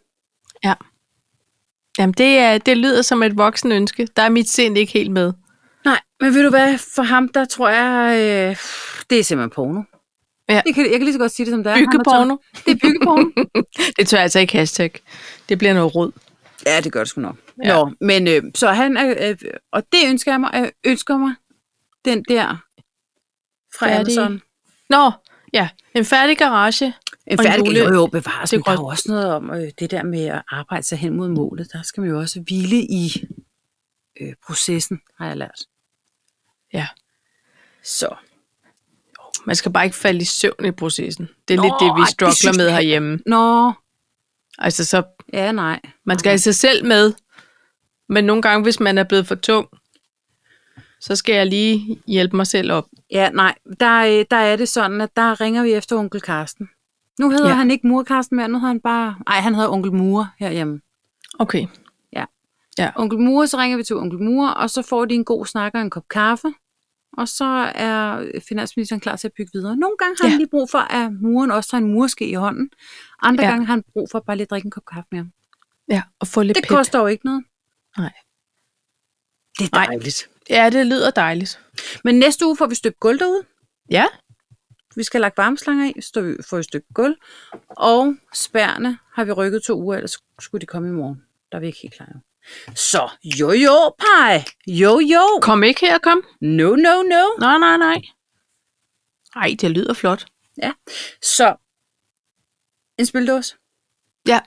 S1: Jamen, det, er, det lyder som et voksen ønske. Der er mit sind ikke helt med.
S2: Nej, men ved du hvad, for ham, der tror jeg, øh, det er simpelthen porno.
S1: Ja.
S2: Jeg, kan, jeg kan lige så godt sige det, som det er. Han er
S1: Byggeporno.
S2: tom- Det er byggeporno.
S1: Det tør jeg altså ikke hashtag. Det bliver noget råd.
S2: ja, det gør det sgu nok.
S1: Ja.
S2: Ja. Nå, men øh, så han er, øh, og det ønsker jeg mig, og jeg ønsker mig den der fra
S1: Færdige.
S2: Amazon.
S1: Nå, ja. En færdig garage.
S2: En
S1: Og en
S2: færdig
S1: jule-
S2: jo, jo bevares,
S1: det
S2: men der er
S1: grøn-
S2: jo også noget om øh, det der med at arbejde sig hen mod målet. Der skal man jo også hvile i øh, processen, har jeg lært.
S1: Ja.
S2: Så.
S1: Man skal bare ikke falde i søvn i processen. Det er Nå,
S2: Nå,
S1: lidt det, vi
S2: ej, det
S1: struggler
S2: synes
S1: med
S2: jeg-
S1: herhjemme.
S2: Nå,
S1: Altså, så
S2: ja nej.
S1: man skal have sig selv med. Men nogle gange, hvis man er blevet for tung, så skal jeg lige hjælpe mig selv op.
S2: Ja, nej. Der, øh, der er det sådan, at der ringer vi efter onkel Karsten. Nu hedder
S1: Ja.
S2: ja. han ikke mor Karsten mere, nu hedder han bare... Nej, han hedder onkel Mure herhjemme.
S1: Okay.
S2: Onkel Mure, så ringer vi til onkel Mure, og så får de en god snak og en kop kaffe. Og så er finansministeren klar til at bygge videre. Nogle gange har ja.
S1: Ja.
S2: han lige brug for, at muren også har en murske i hånden. Andre
S1: Ja.
S2: ja. gange har han brug for at bare lige at drikke en kop kaffe med ham.
S1: Ja, og få lidt
S2: Det
S1: pep.
S2: koster jo ikke noget.
S1: Nej.
S2: Det er
S1: Nej.
S2: dejligt.
S1: Ja, det lyder dejligt.
S2: Men næste uge får vi støbt gulv derude.
S1: Ja.
S2: Vi skal have lagt varmeslanger i, så står vi- får vi et stykke gulv. Og spærrene har vi rykket to uger, ellers skulle de komme i morgen. Der er vi ikke helt klar. Så jo jo, pej. Jo jo.
S1: Kom ikke her, kom.
S2: No, no, no.
S1: Nej, nej, nej. Ej, det lyder flot.
S2: Så en spildåse.
S1: Ja.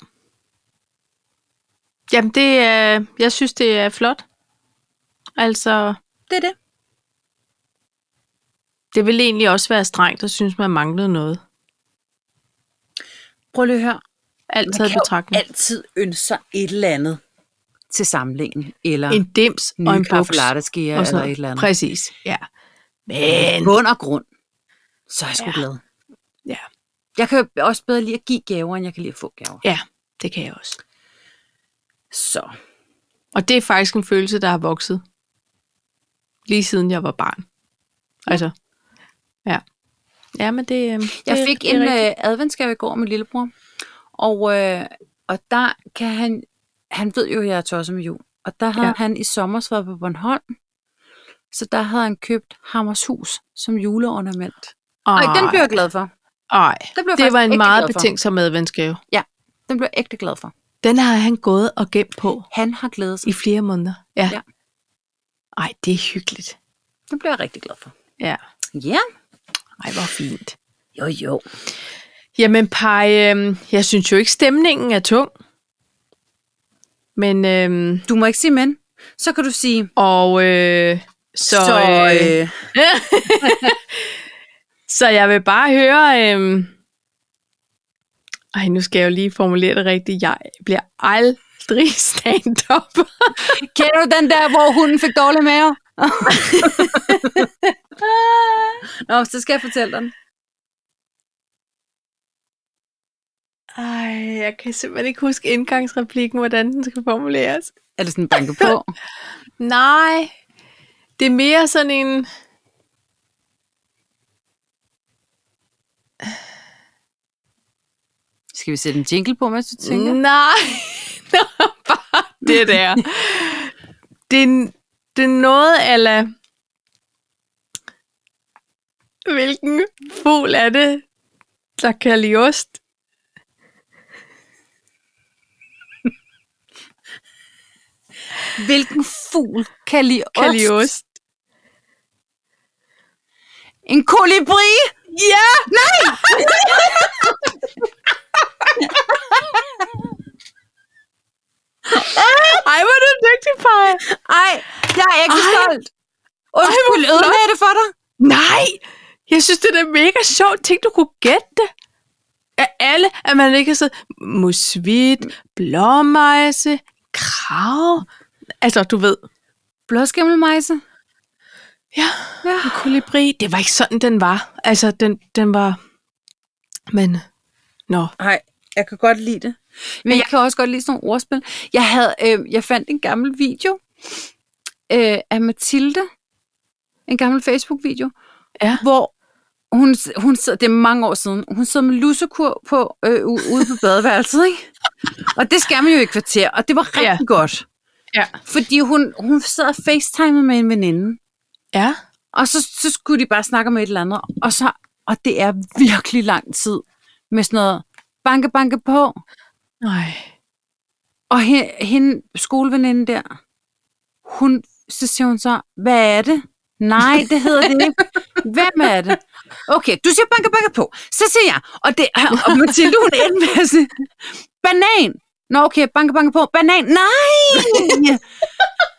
S1: Jamen, det er, jeg synes, det er flot. Altså,
S2: Det er det.
S1: det ville egentlig også være strengt at synes, man manglede noget.
S2: Prøv lige at høre.
S1: Alt taget i
S2: kan jo
S1: betragtning.
S2: altid ønske sig et eller andet til samlingen. Eller
S1: En dims
S2: nye
S1: og en
S2: kaffe
S1: buks.
S2: latteskia
S1: og sådan
S2: eller
S1: noget.
S2: et eller andet.
S1: Præcis, ja. Men,
S2: bund og grund, så er jeg sgu
S1: Ja.
S2: ja. glad.
S1: Ja.
S2: Jeg kan jo også bedre lide at give gaver, end jeg kan lide at få gaver.
S1: ja, det kan jeg også.
S2: Så.
S1: Og det er faktisk en følelse, der har vokset. Lige siden jeg var barn. Altså, ja. Ja, men det... øhm,
S2: Jeg
S1: det,
S2: fik
S1: det er
S2: en
S1: rigtigt.
S2: øh, adventsgave i går med lillebror, og, øh, og der kan han, han ved jo, at jeg er tosset med jul, og der havde
S1: Ja.
S2: ja. han i sommer været på Bornholm, så der havde han købt Hammershus som juleornament. øh, Ej, den blev jeg glad for.
S1: Ej,
S2: Den blev jeg
S1: det
S2: faktisk
S1: var en
S2: ægte
S1: meget
S2: glad for.
S1: betingsom adventsgave.
S2: Den blev jeg ægte glad for.
S1: Den har han gået og gemt på
S2: Han har glædet sig.
S1: i flere måneder. Ja.
S2: Ja.
S1: Ej, det er hyggeligt.
S2: Den blev jeg rigtig glad for.
S1: Ja.
S2: Ja.
S1: Ej, hvor fint.
S2: Jo, jo.
S1: Jamen, Paj, øh, jeg synes jo ikke, stemningen er tung. Men, øh,
S2: Du må ikke sige men. Så kan du sige,
S1: og øh, så,
S2: så
S1: øh,
S2: øh,
S1: så jeg vil bare høre... Øh, ej, nu skal jeg jo lige formulere det rigtigt. Jeg bliver aldrig *laughs* stand-up.
S2: Kender du den der, hvor hunden fik dårlig *laughs* mave? Nå, så skal jeg fortælle dig den.
S1: Ej, jeg kan simpelthen ikke huske indgangsreplikken, hvordan den skal formuleres.
S2: Er det sådan banke på?
S1: Nej, det er mere sådan en...
S2: Skal vi sætte en jingle på, mens du tænker? Mm.
S1: Nej, *laughs* Nå, bare det der. Det, er- det er noget, eller... Hvilken fugl er det, der kan lide ost?
S2: Hvilken fugl kan lide ost?
S1: Kan lide ost?
S2: En kolibri!
S1: Ja! Nej! *laughs* Ej, hvor er du dygtig, Paj.
S2: Ej, jeg er ikke
S1: Ej.
S2: stolt. Undskyld,
S1: flot.
S2: ødelagde jeg det for dig?
S1: Nej! Jeg synes, det er da mega sjovt. Tænk, du kunne gætte det. Af alle, at man ikke har så musvit, blåmejse, krav. Altså, du ved.
S2: Blåskimmelmejse?
S1: Ja,
S2: Ja.
S1: en kolibri. Det var ikke sådan, den var. Altså, den, den var... Men... Nå.
S2: Nej, jeg kan godt lide det. Men jeg kan også godt lide sådan nogle ordspil. Jeg, havde, øh, jeg fandt en gammel video øh, af Mathilde. En gammel Facebook-video.
S1: Ja.
S2: Hvor hun, hun sidder, det er mange år siden, hun sidder med lussekur på øh, u- ude på badeværelset, ikke? Og det skal man jo i et kvarter, og det var rigtig
S1: Ja.
S2: ja. godt.
S1: Ja.
S2: Fordi hun, hun sad og facetimede med en veninde.
S1: Ja.
S2: Og så, så skulle de bare snakke om et eller andet. Og, så, og det er virkelig lang tid med sådan noget banke, banke på.
S1: Nej.
S2: Og hende, hende skoleveninden der, hun, så siger hun så, hvad er det? Nej, det hedder det *laughs* ikke. Hvem er det? Okay, du siger banke, banke på. Så siger jeg, og, det, og Mathilde, hun endte med at sige, banan. Nå, okay, banke, banke på. Banan. Nej!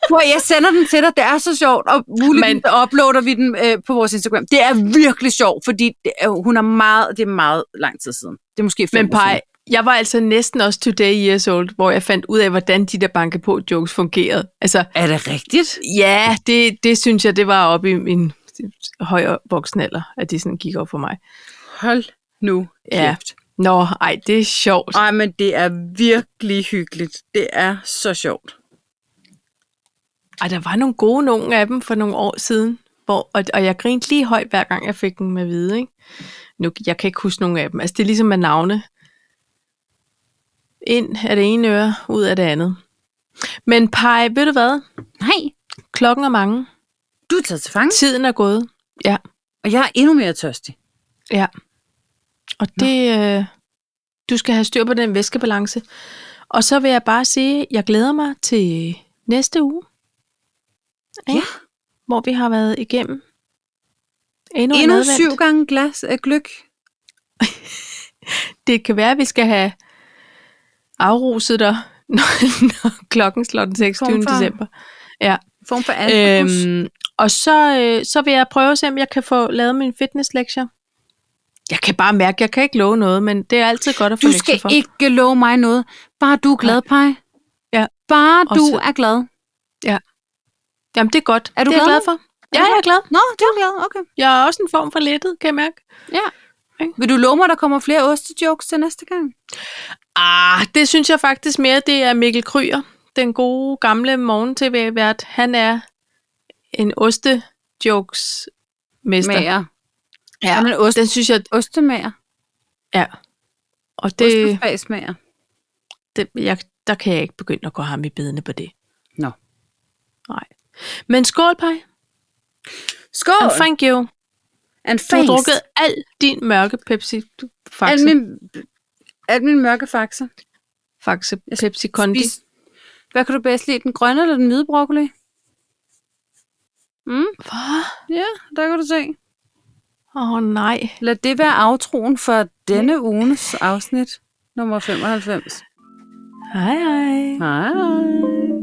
S2: Prøv, jeg sender den til dig. Det er så sjovt. Og muligvis uploader vi den øh, på vores Instagram. Det er virkelig sjovt, fordi det, er- hun er meget, det er meget lang tid siden. Det er måske fem
S1: Men
S2: år siden.
S1: Paj, jeg var altså næsten også today years old, hvor jeg fandt ud af, hvordan de der banke på jokes fungerede. Altså,
S2: Er det rigtigt?
S1: Ja, det, det synes jeg, det var oppe i min højere voksenalder, at det sådan gik op for mig.
S2: Hold nu
S1: Ja.
S2: kæft.
S1: Nå, ej, det er sjovt.
S2: Ej, men det er virkelig hyggeligt. Det er så sjovt.
S1: Ej, der var nogle gode nogle af dem for nogle år siden, hvor, og, og jeg grinte lige højt, hver gang jeg fik dem med hvide. Ikke? Nu, jeg kan ikke huske nogen af dem. Altså, det er ligesom med navne. Ind af det ene øre, ud af det andet. Men Pej, ved du hvad?
S2: Nej,
S1: Klokken er mange.
S2: du er taget til fange,
S1: Tiden er gået. Ja,
S2: og jeg er endnu mere tørstig.
S1: ja. Og det... Øh, du skal have styr på den væskebalance. Og så vil jeg bare sige, at jeg glæder mig til næste uge.
S2: Ja.
S1: Hvor vi har været igennem endnu, en
S2: Endnu
S1: advent.
S2: syv gange glas af gløk.
S1: Det kan være, at vi skal have afruset dig, *laughs* når, når klokken slår den 26.
S2: Form for-
S1: december.
S2: Form for antrobus. Øhm,
S1: Øhm, og så, øh, så vil jeg prøve at se, om jeg kan få lavet min fitnesslektier. Jeg kan bare mærke, at jeg kan ikke love noget, men det er altid godt at få
S2: du
S1: lektier
S2: skal
S1: for.
S2: ikke love mig noget. Bare du er glad, Paj.
S1: Ja.
S2: Bare
S1: Og
S2: du
S1: så-
S2: er glad.
S1: Jamen, det er godt.
S2: Er du
S1: det er
S2: glad
S1: jeg glad
S2: nu?
S1: for.
S2: du
S1: Ja, jeg er glad.
S2: Nå, du er glad, okay.
S1: Jeg er også en form for lettet, kan jeg mærke.
S2: Vil du love mig, der kommer flere ostejokes til næste gang?
S1: Ah, det synes jeg faktisk mere, det er Mikkel Kryer, den gode gamle morgen-tv-vært. Han er en oste-jokes-mester.
S2: Mager.
S1: Ja,
S2: Han er en ost-
S1: den synes jeg,
S2: Ostemager.
S1: ja. Og det,
S2: Ostefagsmager.
S1: det jeg, der kan jeg ikke begynde at gå ham i bedene på det.
S2: Nå.
S1: Nej. Men skål, Paj.
S2: Skål!
S1: And thank you.
S2: And
S1: Du har
S2: thanks.
S1: drukket al din mørke Pepsi. Du,
S2: Al
S1: faxe, min...
S2: min, al min mørke faxe.
S1: faxe Pepsi Condi.
S2: Spis. Hvad kan du bedst lide, den grønne eller den hvide broccoli? Mm,
S1: Hvad?
S2: ja, der kan du se.
S1: Åh oh, nej.
S2: Lad det være aftroen for denne ugens afsnit, nummer 95.
S1: Hej hej.
S2: Hej.